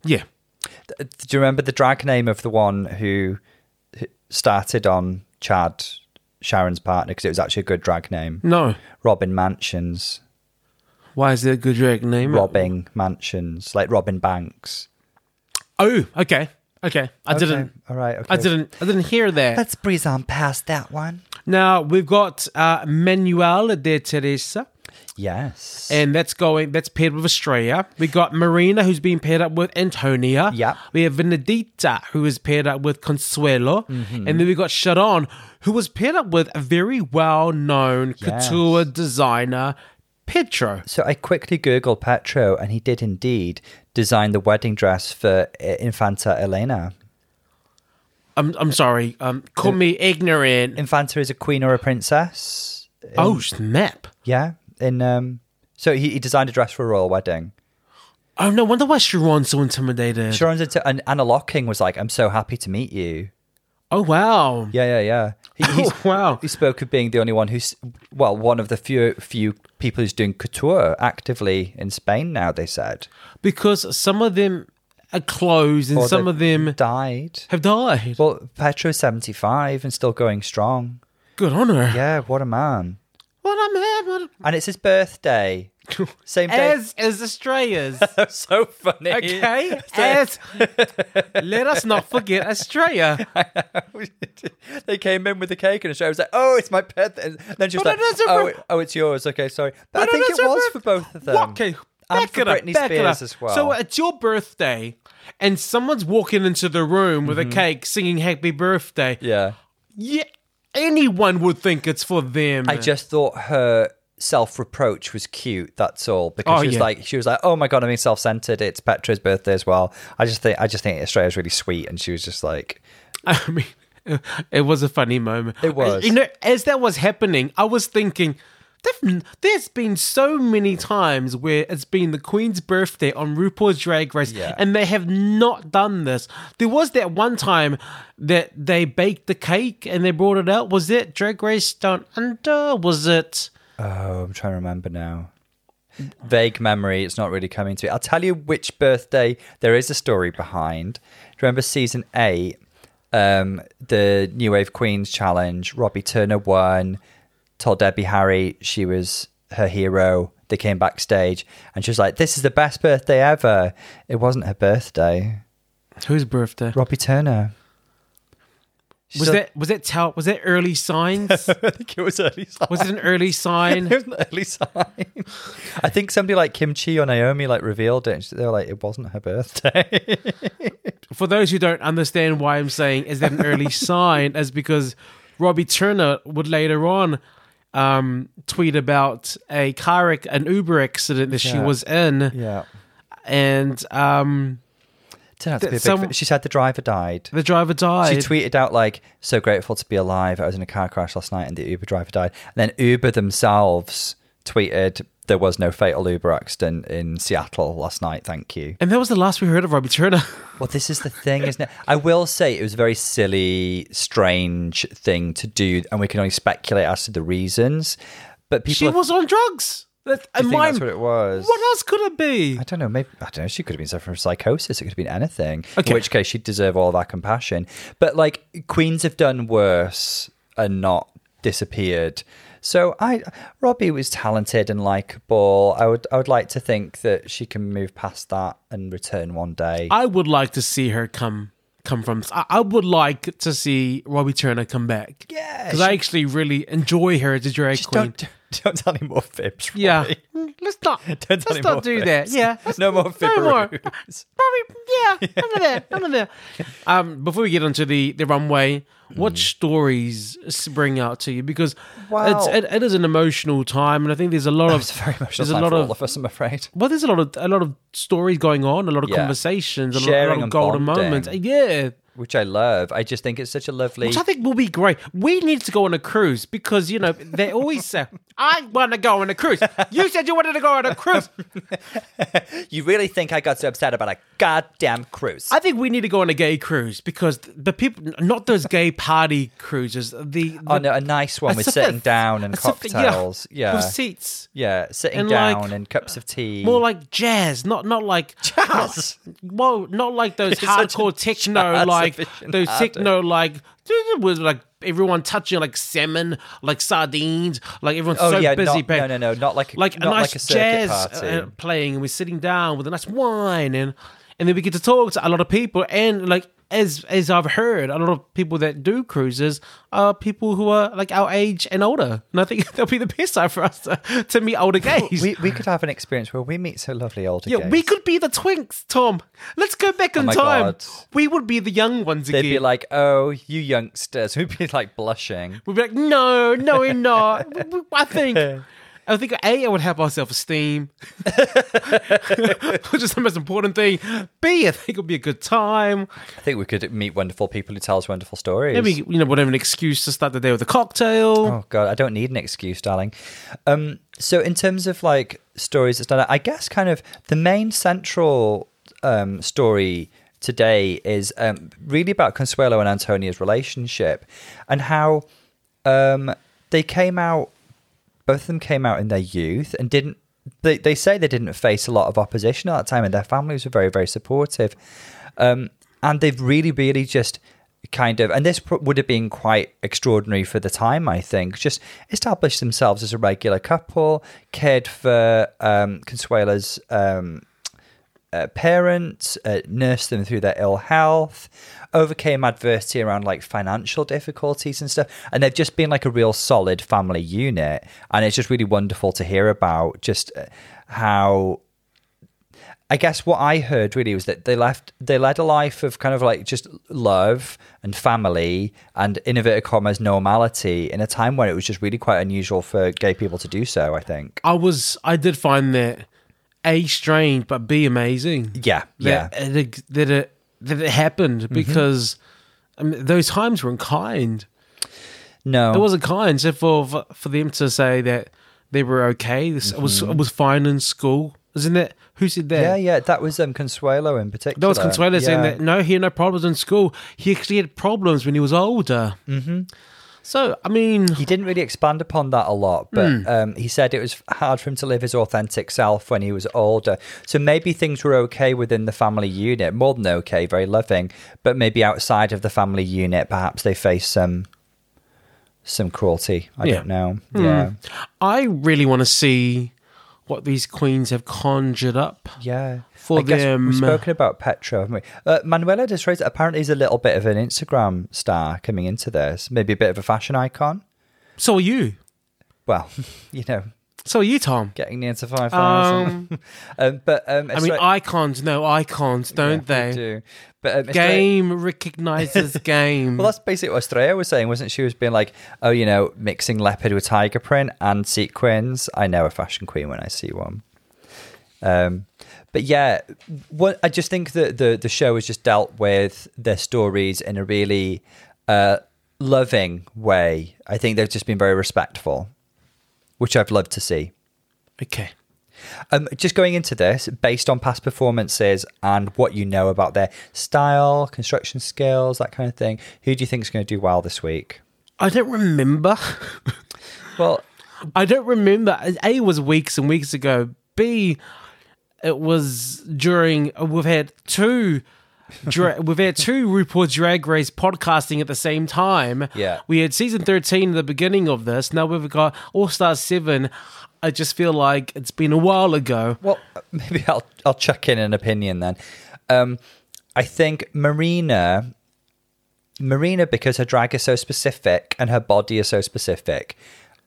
yeah. Th- Do you remember the drag name of the one who who started on Chad, Sharon's partner? Because it was actually a good drag name. No, Robin Mansions. why is there a good drag name? Robbing Mansions. Like Robin Banks. Oh, okay, okay. I didn't. Okay, All right. Okay. I didn't. I didn't hear that. Let's breeze on past that one. Now we've got uh, Manuel de Teresa, Yes. and that's going. That's paired with Australia. We got Marina, who's being paired up with Antonia. Yep. We have Venedita, who is paired up with Consuelo, Mm-hmm. and then we got Sharon, who was paired up with a very well-known Yes. couture designer, Pedro. so I quickly googled Petro, and he did indeed design the wedding dress for uh, Infanta Elena. I'm I'm sorry. Um, call me ignorant. Infanta is a queen or a princess. Oh snap! Yeah. In um, so he, he designed a dress for a royal wedding. Oh no wonder why Sharon's so intimidated. Sharon's into, and Anna Locking was like, "I'm so happy to meet you." Oh wow. Yeah, yeah, yeah. He, he's- Oh, wow. He spoke of being the only one who's, well, one of the few few people who's doing couture actively in Spain now. They said, Because some of them are closed and Or some they of them died. have died. Well, Petro's 75 and still going strong. Good on her. Yeah, what a man. What I'm having And it's his birthday. Same day. as is Australia's. That's so funny. Okay, as let us not forget Australia. they came in with the cake and Australia was like, oh, it's my birthday. And then she was But it like, is a oh, re- it- oh, it's yours. Okay, sorry. But I No, no, think that's it your was birth- for both of them. What? Okay, back and for it up, Britney back it Spears up. as well. So uh, it's your birthday, and someone's walking into the room with a cake, singing "Happy Birthday." Mm-hmm. Yeah. Yeah, anyone would think it's for them. I just thought her self reproach was cute. That's all because Oh, she was yeah. like she was like, oh my god, I'm being self centered. It's Petra's birthday as well. I just think I just think Australia's really sweet, and she was just like, I mean, it was a funny moment. It was. You know, as that was happening, I was thinking, "There've- there's been so many times where it's been the Queen's birthday on RuPaul's Drag Race, Yeah. and they have not done this. There was that one time that they baked the cake and they brought it out. Was it Drag Race Down Under? Was it? oh, I'm trying to remember now. Vague memory. It's not really coming to me. I'll tell you which birthday there is a story behind. Do you remember season eight? Um, the New Wave Queens challenge. Robbie Turner won. Told Debbie Harry she was her hero. They came backstage, and she was like, "This is the best birthday ever." It wasn't her birthday. Whose birthday? Robbie Turner. She Was said- that was that tell was that early signs? I think it was early sign. was it an early sign? It was an early sign. I think somebody like Kim Chi or Naomi like revealed it. And she- they were like, it wasn't her birthday. for those who don't understand why I'm saying is that an early sign is because Robbie Turner would later on um, tweet about a car ac- an Uber accident that she Yeah. was in, yeah. and um, Turned out to be a big Some- fa- she said the driver died. the driver She died. tweeted out like, "So grateful to be alive. I was in a car crash last night, and the Uber driver died." And then Uber themselves tweeted, "There was no fatal Uber accident in Seattle last night. Thank you." and that was the last we heard of Robbie Turner. Well, this is the thing, isn't it? I will say it was a very silly, strange thing to do, and we can only speculate as to the reasons. But people, she have- was on drugs. That, I and think my, that's what it was. what else could it be? I don't know. Maybe I don't know. She could have been suffering from psychosis. It could have been anything. Okay. In which case, she'd deserve all of our compassion. But like queens have done worse and not disappeared. So I, Robbie was talented and likable. I would, I would like to think that she can move past that and return one day. I would like to see her come come from. I, I would like to see Robbie Turner come back. Yeah, because she- I actually really enjoy her as a drag Just queen. don't, don't tell any more fibs. Robbie. Yeah. Mm, Let's not. Don't tell let's any not more do that. fibs. Yeah. let's- no more No more. fibberoos. Probably. Yeah. None of that. None of that. Um, before we get onto the the runway, what stories spring out to you? Because Wow. it's, it, it is an emotional time, and I think there's a lot of It's very much there's a a lot for of all of us, I'm afraid. well, there's a lot of a lot of stories going on, a lot of Yeah. conversations, a lot, a Sharing lot of and golden bonding. moments. Uh, Yeah. Which I love. I just think it's such a lovely. Which I think will be great. We need to go on a cruise because you know they always say, "I want to go on a cruise." You said you wanted to go on a cruise. You really think I got so upset about a goddamn cruise? I think we need to go on a gay cruise because the people, not those gay party cruises, the, the oh no, a nice one a with sophi- sitting down and a sophi- yeah, cocktails. yeah, with yeah, seats, sitting and, like, down and cups of tea. more like jazz, not not like Jazz? Not, whoa, not like those such a hardcore techno, jazz like aficionado. those techno, like with like everyone touching like salmon, like sardines, like everyone's oh so yeah, busy. not, babe. no, no, no, not like a, like a not nice like a circuit jazz party. uh, playing, and we're sitting down with a nice wine, and and then we get to talk to a lot of people, and like as as I've heard, a lot of people that do cruises are people who are like our age and older, and I think that'll be the best time for us to, to meet older gays. we, we could have an experience where we meet so lovely older. yeah, gays. Oh we could be the twinks, Tom. Let's go back in my time. God. We would be the young ones They'd again. be like, "Oh, you youngsters," we'd be like blushing. We'd be like, no, no, we're not. W- w- I think, I think A, I would have our self esteem, which is the most important thing. B, I think it'll be a good time. I think we could meet wonderful people who tell us wonderful stories. Maybe, you know, we'll have an excuse to start the day with a cocktail. Oh god, I don't need an excuse, darling. Um, so in terms of like stories that stand out, I guess kind of the main central um, story today is um, really about Consuelo and Antonia's relationship and how um, they came out. Both of them came out in their youth and didn't. They they say they didn't face a lot of opposition at that time, and their families were very very supportive. Um, and they've really really just kind of and this pro- would have been quite extraordinary for the time i think just established themselves as a regular couple cared for um consuela's um uh, parents, uh, nursed them through their ill health, overcame adversity around like financial difficulties and stuff. And they've just been like a real solid family unit. And it's just really wonderful to hear about just uh, how I guess what I heard really was that they left they led a life of kind of like just love and family and in inverted commas normality in a time when it was just really quite unusual for gay people to do so, I think. I was I did find that a strange but b amazing. Yeah, that, yeah. Mm-hmm. That it, that it that it happened because I mean, those times weren't kind. No. It wasn't kind. So for for- for them to say that they were okay, this it was it was fine in school, isn't that who said that? Mm-hmm. yeah, yeah, that was um Consuelo in particular. That was Consuelo saying Yeah. that no, he had no problems in school. He actually had problems when he was older. Mm-hmm. So I mean, he didn't really expand upon that a lot, but Hmm. um, he said it was hard for him to live his authentic self when he was older. So maybe things were okay within the family unit, more than okay, very loving, but maybe outside of the family unit, perhaps they faced some some cruelty. I Yeah. Hmm. don't know. Yeah, I really want to see what these queens have conjured up. yeah. For um, I guess them- we've spoken about Petra, haven't we? Uh, Manuela de Sousa apparently is a little bit of an Instagram star coming into this, maybe a bit of a fashion icon. So are you? Well, you know, So are you, Tom? getting near to five thousand. Um, but um, I mean, icons know icons, don't Yeah, they? we do. But um, Estrella- Game recognizes game. Well, that's basically what Estrella was saying, wasn't it? She was being like, "Oh, you know, mixing leopard with tiger print and sequins. I know a fashion queen when I see one." Um, but yeah, what I just think that the the show has just dealt with their stories in a really uh, loving way. I think they've just been very respectful, which I've loved to see. okay. Um, just going into this, based on past performances and what you know about their style, construction skills, that kind of thing, who do you think is going to do well this week? I don't remember. Well, I don't remember. A it was weeks and weeks ago. B, it was during. We've had two. Dra- we've had two RuPaul Drag Race podcasting at the same time. Yeah. we had season thirteen at the beginning of this. Now we've got All Star Seven. I just feel like it's been a while ago. well, maybe I'll I'll chuck in an opinion then. Um, I think Marina, Marina, because her drag is so specific and her body is so specific.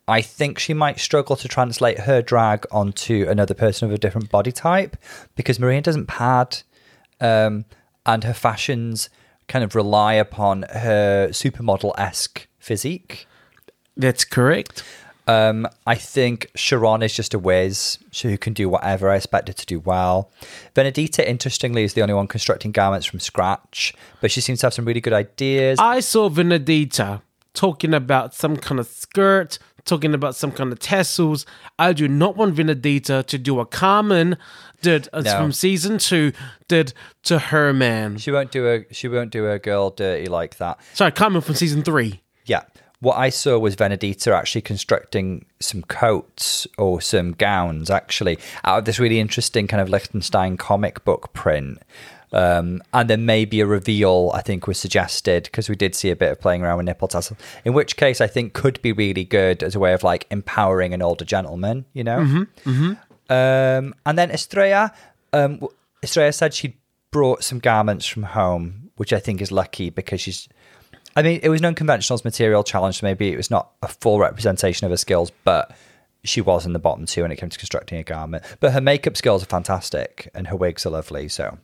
I think she might struggle to translate her drag onto another person of a different body type because Marina doesn't pad. um, and her fashions kind of rely upon her supermodel esque physique. That's correct. Um, I think Sharon is just a whiz, so who can do whatever. I expect her to do well. Venedita, interestingly, is the only one constructing garments from scratch, but she seems to have some really good ideas. I saw Venedita talking about some kind of skirt, talking about some kind of tassels. I do not want Venedita to do what Carmen did uh, No. from season two did to her man. she won't do a she won't do a girl dirty like that. Sorry, Carmen from season three. Yeah. What I saw was Venedita actually constructing some coats or some gowns, actually, out of this really interesting kind of Liechtenstein comic book print. Um, and then maybe a reveal, I think, was suggested because we did see a bit of playing around with nipple tassel, in which case I think could be really good as a way of like empowering an older gentleman, you know? Um, and then Estrella, um, w- Estrella said she brought some garments from home, which I think is lucky because she's. I mean, it was an unconventionals material challenge, so maybe it was not a full representation of her skills, but she was in the bottom two when it came to constructing a garment. But her makeup skills are fantastic, and her wigs are lovely. So,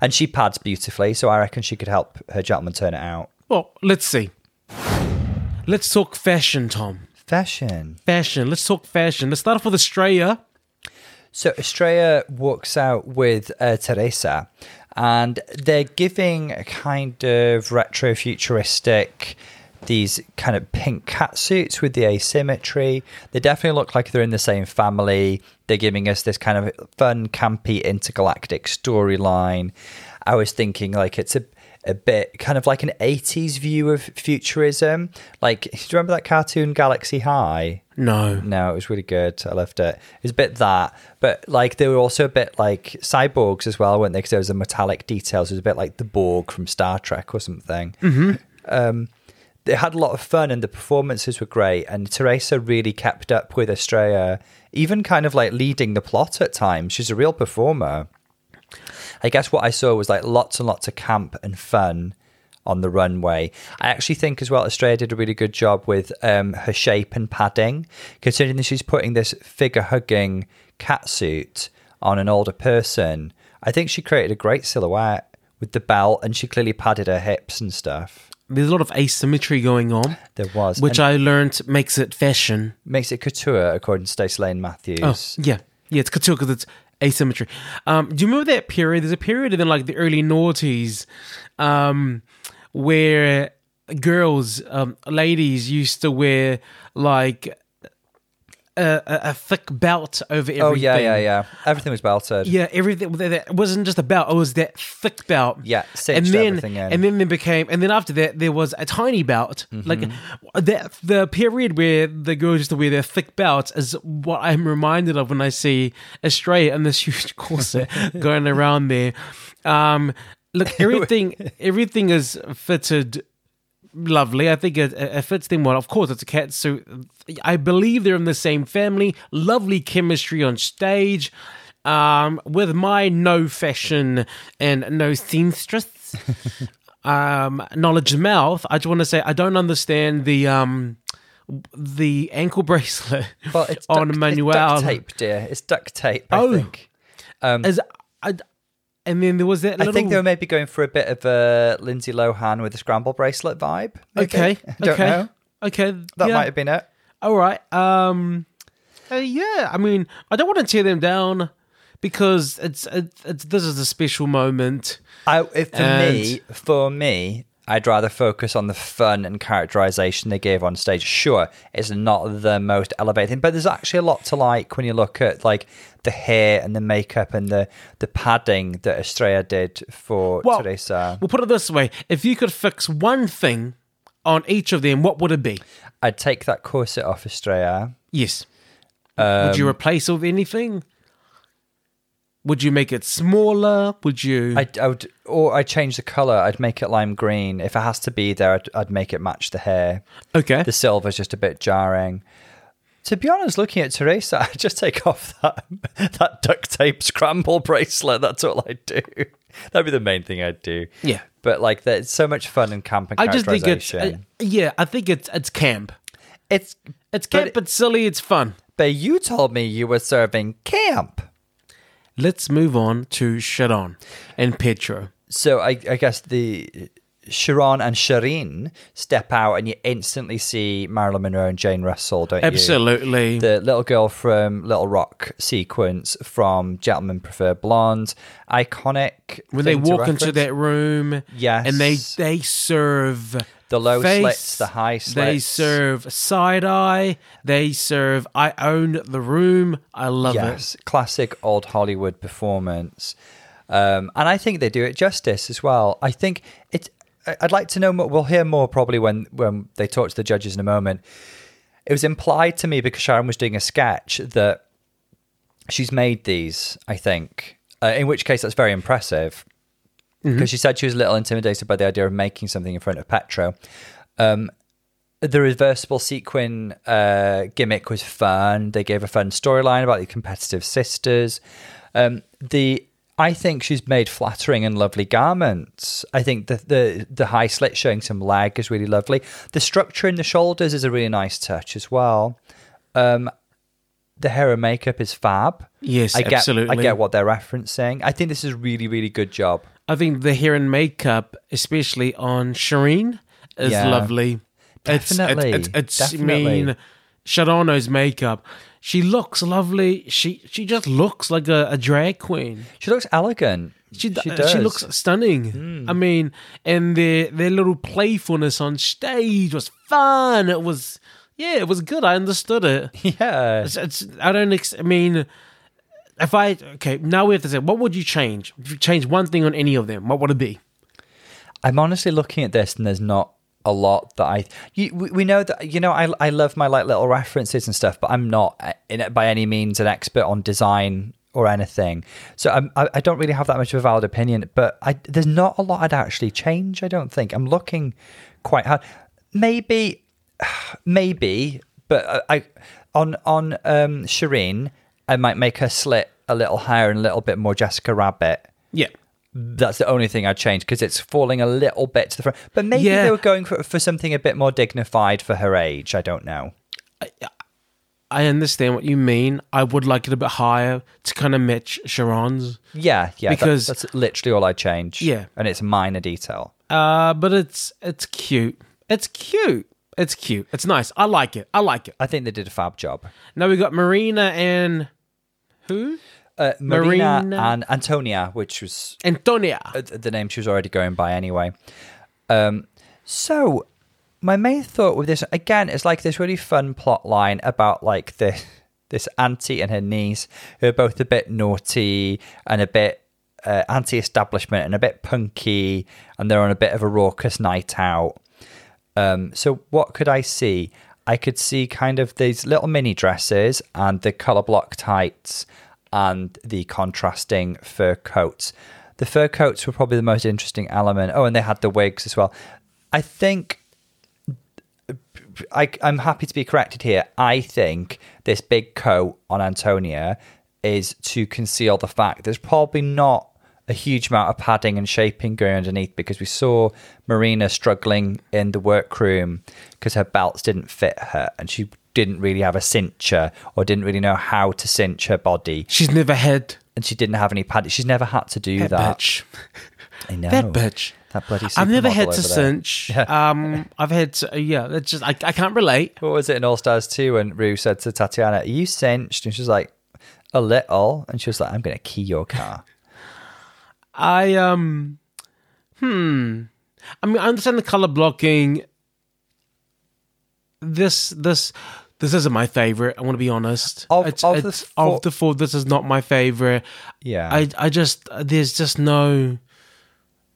and she pads beautifully, so I reckon she could help her gentleman turn it out. Well, let's see. Let's talk fashion, Tom. Fashion. Fashion. Let's talk fashion. Let's start off with Australia. So Estrella walks out with uh, Teresa, and they're giving a kind of retro futuristic, these kind of pink catsuits with the asymmetry. They definitely look like they're in the same family. They're giving us this kind of fun, campy, intergalactic storyline. I was thinking like it's a a bit kind of like an 80s view of futurism. Like, do you remember that cartoon Galaxy High? No. No, it was really good. I loved it. It was a bit that, but like they were also a bit like cyborgs as well, weren't they? Because there was the metallic details. It was a bit like the Borg from Star Trek or something. Mm-hmm. Um, they had a lot of fun and the performances were great. And Teresa really kept up with Estrella, even kind of like leading the plot at times. She's a real performer. I guess what I saw was like lots and lots of camp and fun on the runway. I actually think as well, Estrella did a really good job with um, her shape and padding, considering that she's putting this figure hugging catsuit on an older person, I think she created a great silhouette with the belt, and she clearly padded her hips and stuff. There's a lot of asymmetry going on, There was, which and I learned makes it fashion. makes it couture, according to Stacey Lane Matthews. Yeah, yeah, it's couture because it's asymmetry. Um, do you remember that period? There's a period in like the early noughties um, where girls, um, ladies used to wear like a, a, a thick belt over everything. Oh, yeah, yeah, yeah. Everything was belted. Yeah, everything that- that wasn't just a belt; it was that thick belt. Yeah, and cinched then everything in. Mm-hmm. and then there became, and then after that, there was a tiny belt. Like that, the period where the girls used to wear their thick belts is what I'm reminded of when I see Australia in this huge corset going around there. Um, look, everything, everything is fitted lovely. I think it, it fits them well. Of course, it's a cat suit. I believe they're in the same family. Lovely chemistry on stage. Um, with my no fashion and no seamstress um, knowledge of mouth, I just want to say I don't understand the um, the ankle bracelet Well, it's on duct, Manuel. It's duct tape, dear. It's duct tape. I Oh. think. Is- I- and then there was that little. Um, I think they were maybe going for a bit of a Lindsay Lohan with a scramble bracelet vibe. maybe. okay, I don't okay, know. okay. That yeah. might have been it. All right. Um. uh, yeah. I mean, I don't want to tear them down because it's it's, it's this is a special moment. I, if for And- me, for me, I'd rather focus on the fun and characterization they gave on stage. Sure, it's not the most elevating, but there's actually a lot to like when you look at like the hair and the makeup and the the padding that Estrella did for Well, Teresa. We'll put it this way: if you could fix one thing on each of them, what would it be? I'd take that corset off Estrella. Yes. would Um, you replace it with anything? Would you make it smaller? Would you? I, I would, or I change the color. I'd make it lime green. If it has to be there, I'd, I'd make it match the hair. okay. The silver's just a bit jarring. To be honest, looking at Teresa, I'd just take off that that duct tape scramble bracelet. That's all I'd do. That'd be the main thing I'd do. Yeah. But like, there's so much fun in camp and I just think it's characterization. uh, yeah. I think it's it's camp. it's. It's But camp. it- it's silly. It's fun. But you told me you were serving camp. Let's move on to Sharon and Petro. so I, I guess the Sharon and Shireen step out, and you instantly see Marilyn Monroe and Jane Russell, don't you? Absolutely. The little girl from Little Rock sequence from Gentlemen Prefer Blonde, iconic. when they thing to walk into reference. that room Yes. and they they serve The low face, slits, the high they slits. serve side eye they serve i own the room i love it yes, classic old Hollywood performance, um, and I think they do it justice as well. I think it. I- I'd like to know more. We'll hear more probably when when they talk to the judges in a moment. It was implied to me because Sharon was doing a sketch that she's made these. I think, uh, in which case that's very impressive Mm-hmm. because she said she was a little intimidated by the idea of making something in front of Petro the reversible sequin uh, gimmick was fun. They gave a fun storyline about the competitive sisters. Um, the I think she's made flattering and lovely garments. I think the the the high slit showing some leg is really lovely. The structure in the shoulders is a really nice touch as well. Um, the hair and makeup is fab. Yes, I get, I absolutely. get what they're referencing. I think this is a really really good job. i think the hair and makeup especially on shireen is Yeah. lovely It's- it's- Definitely, it's, it's, definitely. i mean sharono's makeup she looks lovely she she just looks like a, a drag queen She looks elegant. She, Hmm. d- uh, she looks stunning. I mean, and their their little playfulness on stage was fun. It was yeah, it was good. I understood it. yeah. It's, it's, I don't. Ex- I mean, if I okay, now we have to say what would you change? If you change one thing on any of them, what would it be? I'm honestly looking at this, and there's not a lot that I. You, we we know that you know I, I love my like little references and stuff, but I'm not uh, in it by any means an expert on design or anything. So I'm, I I don't really have that much of a valid opinion. But I there's not a lot I'd actually change. I don't think I'm looking quite hard. Maybe, maybe, but I- I on on um Shireen, I might make her slit a little higher and a little bit more Jessica Rabbit Yeah, that's the only thing I'd change because it's falling a little bit to the front. But maybe Yeah. they were going for, for something a bit more dignified for her age. I don't know. I understand what you mean. I would like it a bit higher to kind of match Sharon's. Yeah, yeah. that- Because- that's literally all I changed. Yeah. and it's a minor detail. Uh, but it's it's cute. It's cute. It's cute. It's nice. I like it. I like it. I think they did a fab job. Now we got Marina and who? Uh, Marina, Marina. and Antonia, which was Antonia. uh, the name she was already going by anyway. Um, so my main thought with this again is like this really fun plot line about like this this auntie and her niece who are both a bit naughty and a bit uh, anti-establishment and a bit punky, and they're on a bit of a raucous night out. Um, so what could I see? I could see kind of these little mini dresses and the color block tights and the contrasting fur coats. The fur coats were probably the most interesting element. Oh, and they had the wigs as well. I think I, I'm happy to be corrected here. I think this big coat on Antonia is to conceal the fact there's probably not a huge amount of padding and shaping going underneath because we saw Marina struggling in the workroom because her belts didn't fit her and she didn't really have a cincher or didn't really know how to cinch her body She's never had and she didn't have any padding. She's never had to do that, that. bitch. I know. That bitch. That bloody I've never had supermodel to over there. cinch. Um, I've had to, yeah. That's just I, I can't relate. what was it in All Stars 2 when Rue said to Tatiana, Are you cinched? And she was like, A little. And she was like, I'm going to key your car. I um, hmm. I mean, I understand the color blocking. This this this isn't my favorite. I want to be honest. Of- of the four- of the four, this is not my favorite. Yeah. I I just there's just no.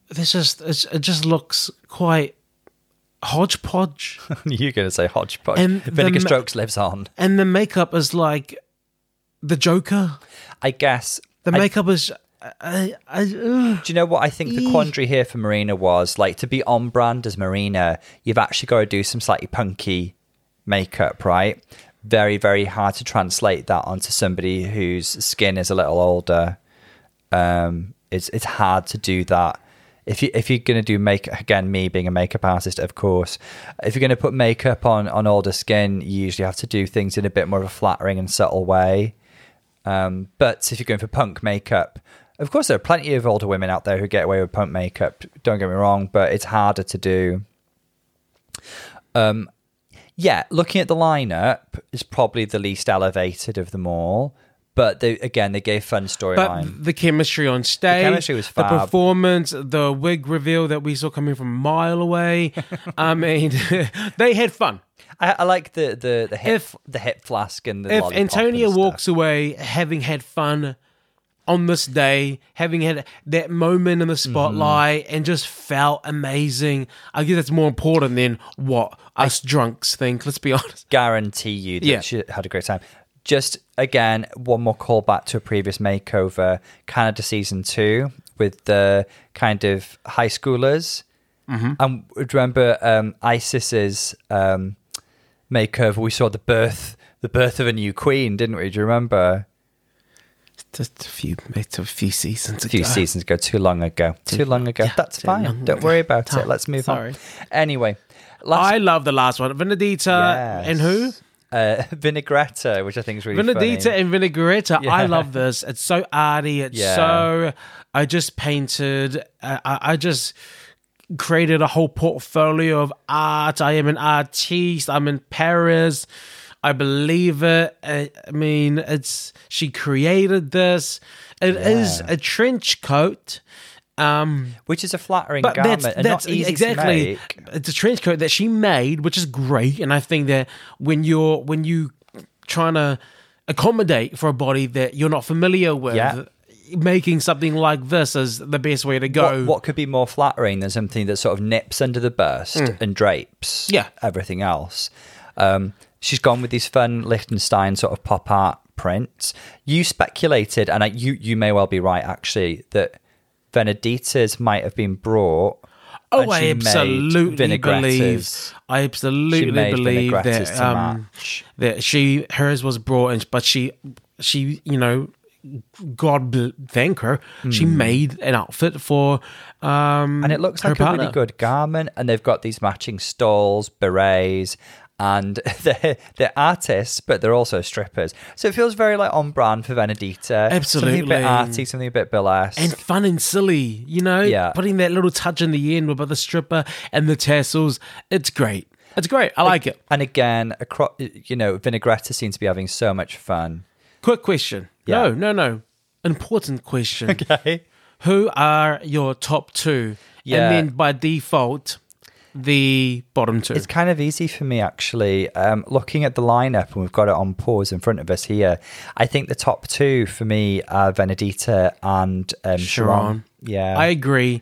There's just it's, it just looks quite hodgepodge. You're going to say hodgepodge. And the Vinegar ma- Strokes lives on. and the makeup is like the Joker. I guess. The I- makeup is. I, I, ugh. do you know what I think the quandary here for Marina was? Like, to be on brand as Marina, you've actually got to do some slightly punky makeup, right? Very, very hard to translate that onto somebody whose skin is a little older. um, it's it's hard to do that. If you if you're gonna do make again, me being a makeup artist, of course, if you're gonna put makeup on on older skin, you usually have to do things in a bit more of a flattering and subtle way. Um, but if you're going for punk makeup, of course, there are plenty of older women out there who get away with punk makeup. Don't get me wrong, but it's harder to do. Um, Yeah, looking at the lineup is probably the least elevated of them all. But they, again, they gave fun But storyline. the chemistry on stage, chemistry was the fab. performance, the wig reveal that we saw coming from a mile away. I mean, they had fun. I, I like the the the hip, If- the hip flask and the If lollipop Antonia and stuff. walks away having had fun on this day, having had that moment in the spotlight, and just felt amazing, I guess that's more important than what us drunks think. Let's be honest. guarantee you that Yeah. she had a great time. Just again, one more callback to a previous makeover, Canada season two, with the kind of high schoolers. Mm-hmm. And remember um, Isis's um, makeover? We saw the birth, the birth of a new queen, didn't we? Do you remember? Just a few, it's a few seasons a few ago. seasons ago, too long ago, too long ago. That's too fine. long Don't worry about it. Time. Let's move Sorry. on. Anyway, last I love the last one. Venedita Yes. and who? Uh, Vinaigrette, which I think is really Venedita funny. and Vinaigrette. I Yeah. love this. It's so arty. It's Yeah. so. I just painted. I, I I just created a whole portfolio of art. I am an artiste. I'm in Paris. I believe it. I, I mean, it's she created this. It is a trench coat. Um, Which is a flattering but garment that's and that's not easy to exactly make. it's a trench coat that she made, which is great. And I think that when you're when you trying to accommodate for a body that you're not familiar with, Yeah. making something like this is the best way to go. What, what could be more flattering than something that sort of nips under the burst and drapes Mm. Yeah. everything else? Um, she's gone with these fun Liechtenstein sort of pop art prints. You speculated, and I, you you may well be right actually, that Venedita's might have been brought. oh, and I she made absolutely believe. Vinaigrette's. I She absolutely made believe Vinaigrette's that to um, match. that she hers was brought in, but she she you know. God bl- thank her. She made an outfit for, um, Hmm. and it looks her like a partner. really good garment and they've got these matching stoles berets and they're, they're artists, but they're also strippers. So it feels very like on brand for Venedita. Something a Absolutely. bit arty, something a bit burlesque. and fun and silly, you know? Yeah. Putting that little touch in the end with the stripper and the tassels. It's great. It's great. I like it. And again, across, you know, Vinaigretta seems to be having so much fun. Quick question. Yeah. No, no, no. Important question. Okay. Who are your top two? Yeah. And then by default, the bottom two. It's kind of easy for me, actually. Um, looking at the lineup, and we've got it on pause in front of us here. I think the top two for me are Venedita and um, Sharon. Sharon. Yeah. I agree.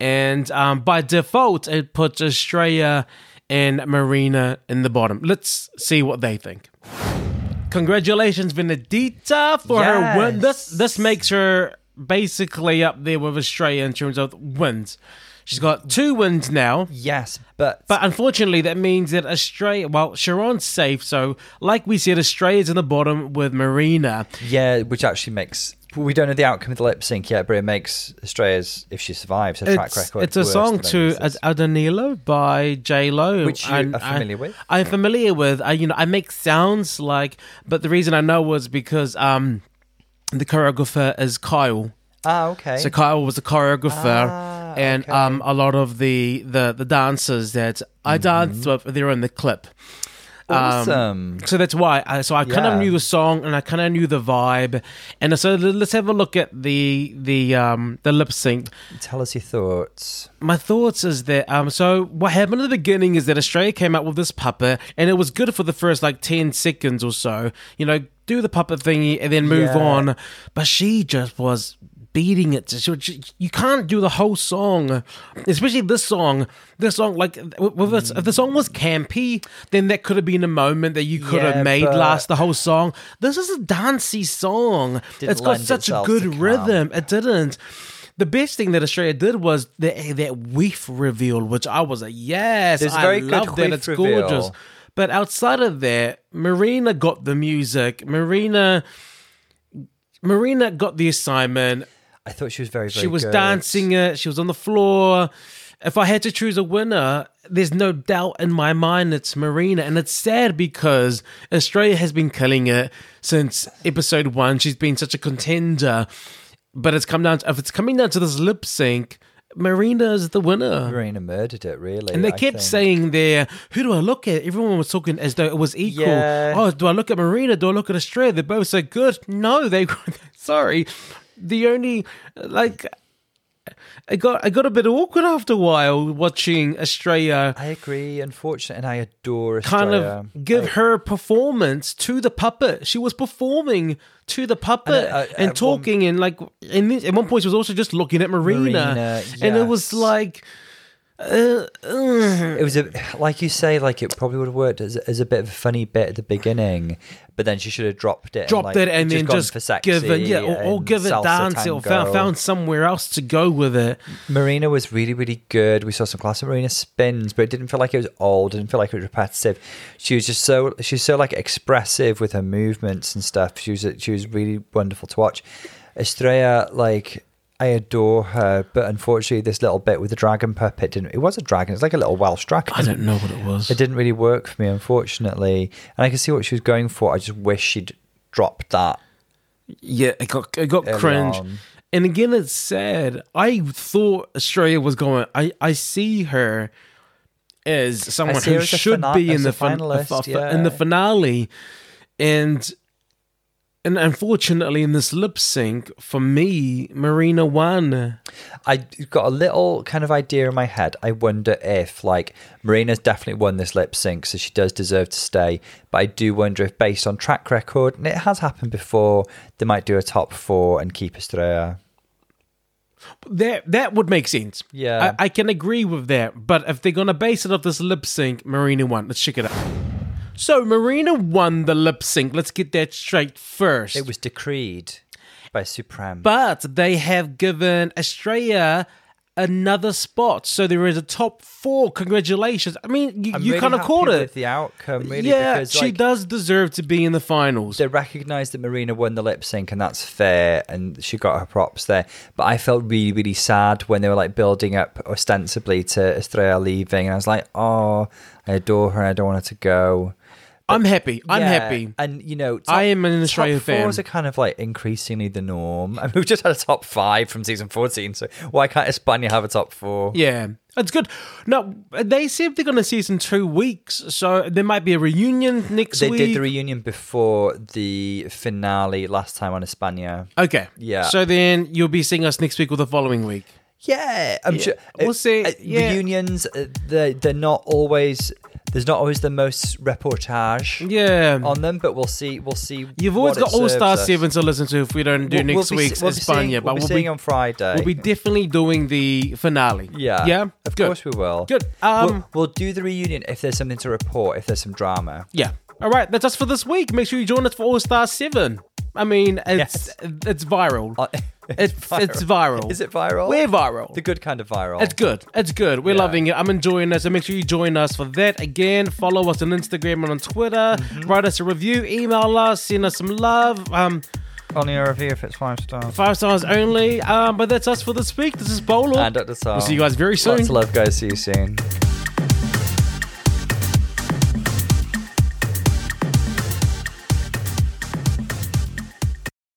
And um, by default, it puts Australia and Marina in the bottom. Let's see what they think. Congratulations, Benedita, for her win. This Yes. this makes her basically up there with Australia in terms of wins. She's got two wins now. yes, but, But unfortunately, that means that Australia, well, Sharon's safe. So, like we said, Australia's in the bottom with Marina. yeah, which actually makes. We don't know the outcome of the lip sync yet, but it makes Australia's, if she survives, her track It's, record. it's a worse song than to Venezuela's. Adanilo by J Lo, Which you are familiar with? I'm familiar with. I, you know, I make sounds like, but the reason I know was because um, the choreographer is Kyle. Ah, okay. So um, Kyle was the choreographer, Ah, and okay. um, a lot of the the the dancers that Mm-hmm. I danced with, they're in the clip. awesome. So that's why. I, so I kind Yeah. of knew the song and I kind of knew the vibe, and so l- let's have a look at the the um the lip sync. Tell us your thoughts. My thoughts is that um so what happened at the beginning is that Australia came out with this puppet and it was good for the first like ten seconds or so. You know, do the puppet thingy and then move Yeah. on. But she just was beating it. She, she- you can't do the whole song, especially this song. This song, like, w- with this, if the song was campy, then that could have been a moment that you could Yeah, have made but- last the whole song. This is a dancey song. Didn't it's got lend such a itself good to calm. rhythm. It didn't. The best thing that Australia did was that that weef reveal, which I was like, yes, There's a I very good love that. weef It's reveal. gorgeous. But outside of that, Marina got the music. Marina, Marina got the assignment. I thought she was uh, very, very She was good. dancing it. She was on the floor. If I had to choose a winner, there's no doubt in my mind it's Marina. And it's sad because Australia has been killing it since episode one. She's been such a contender. But it's come down to, if it's coming down to this lip sync, Marina is the winner. Marina murdered it, really. And they I kept think. saying there, who do I look at? Everyone was talking as though it was equal. Yeah. Oh, do I look at Marina? Do I look at Australia? They're both so good. No, they sorry. The only like I got I got a bit awkward after a while watching Australia I agree, unfortunately, and I adore Australia. Oh. kind of give her performance to the puppet. She was performing to the puppet and, uh, at one- talking and like and this, at one point she was also just looking at Marina, Marina, and it was yes. like uh, It was a like you say, like it probably would have worked as, as a bit of a funny bit at the beginning, but then she should have dropped it, dropped like, it and then gone just for sexy give it yeah or, or and give it salsa dance or found, tango. found somewhere else to go with it Marina was really really good. We saw some classic Marina spins, but it didn't feel like it was old. Didn't feel like it was repetitive. She was just so she's so like expressive with her movements and stuff. She was she was really wonderful to watch. Estrella like. I adore her, but unfortunately, this little bit with the dragon puppet didn't. It was a dragon. It's like a little Welsh dragon. I don't know what it was it didn't really work for me, unfortunately. And I can see what she was going for. I just wish she'd dropped that. yeah it got it got Early cringe on. and again it's sad I thought Australia was going I I see her as someone see who her as a should fina- be as in the a fin- finalist, fi- in the yeah. finale and and unfortunately in this lip sync for me Marina won I got a little kind of idea in my head. I wonder if, like, Marina's definitely won this lip sync, so she does deserve to stay. But I do wonder if, based on track record, and it has happened before, they might do a top four and keep Estrella. that that would make sense. Yeah. I, I can agree with that. But if they're gonna base it off this lip sync, Marina won. Let's check it out. So Marina won the lip sync. Let's get that straight first. It was decreed by Supreme. but they have given Australia another spot. So there is a top four. Congratulations. I mean, you, I'm you really kind of happy caught it. with the outcome, really, yeah, because she like, does deserve to be in the finals. they recognised that Marina won the lip sync, and that's fair, and she got her props there. But I felt really, really sad when they were like building up ostensibly to Estrella leaving, and I was like, oh, I adore her, and I don't want her to go. I'm happy. I'm Yeah, happy. and you know, top, I am an Australian top fours fan. are kind of like increasingly the norm. I mean, we've just had a top five from season fourteen, so why can't Espana have a top four? Yeah, that's good. Now they said they're going to see us in two weeks, so there might be a reunion next They week. did the reunion before the finale last time on Espana. okay, Yeah. So then you'll be seeing us next week or the following week. Yeah, I'm sure. uh, We'll see, yeah. Reunions, uh, they're, they're not always. There's not always the most reportage Yeah, on them, but we'll see. We'll see. you've always what it got All Star serves us. Seven to listen to if we don't do We'll- we'll next be- week's we'll be España, seeing- but we'll be seeing on Friday. we'll be definitely doing the finale. yeah, yeah, Of good. course we will. Good. We'll- Um, we'll, do the reunion if there's something to report. If there's some drama. Yeah. All right, that's us for this week. Make sure you join us for All Star Seven. I mean, it's Yes. it's viral. Uh, it's it's viral. Is it viral? We're viral. the good kind of viral. It's good. It's good. We're Yeah. loving it. I'm enjoying it. So make sure you join us for that. Again, follow us on Instagram and on Twitter. Mm-hmm. Write us a review. Email us. Send us some love. Um, Only a review if it's five stars. five stars only. Um, but that's us for this week. This is Bolo. And Dr. Sal. We'll see you guys very soon. Lots of love, guys. See you soon.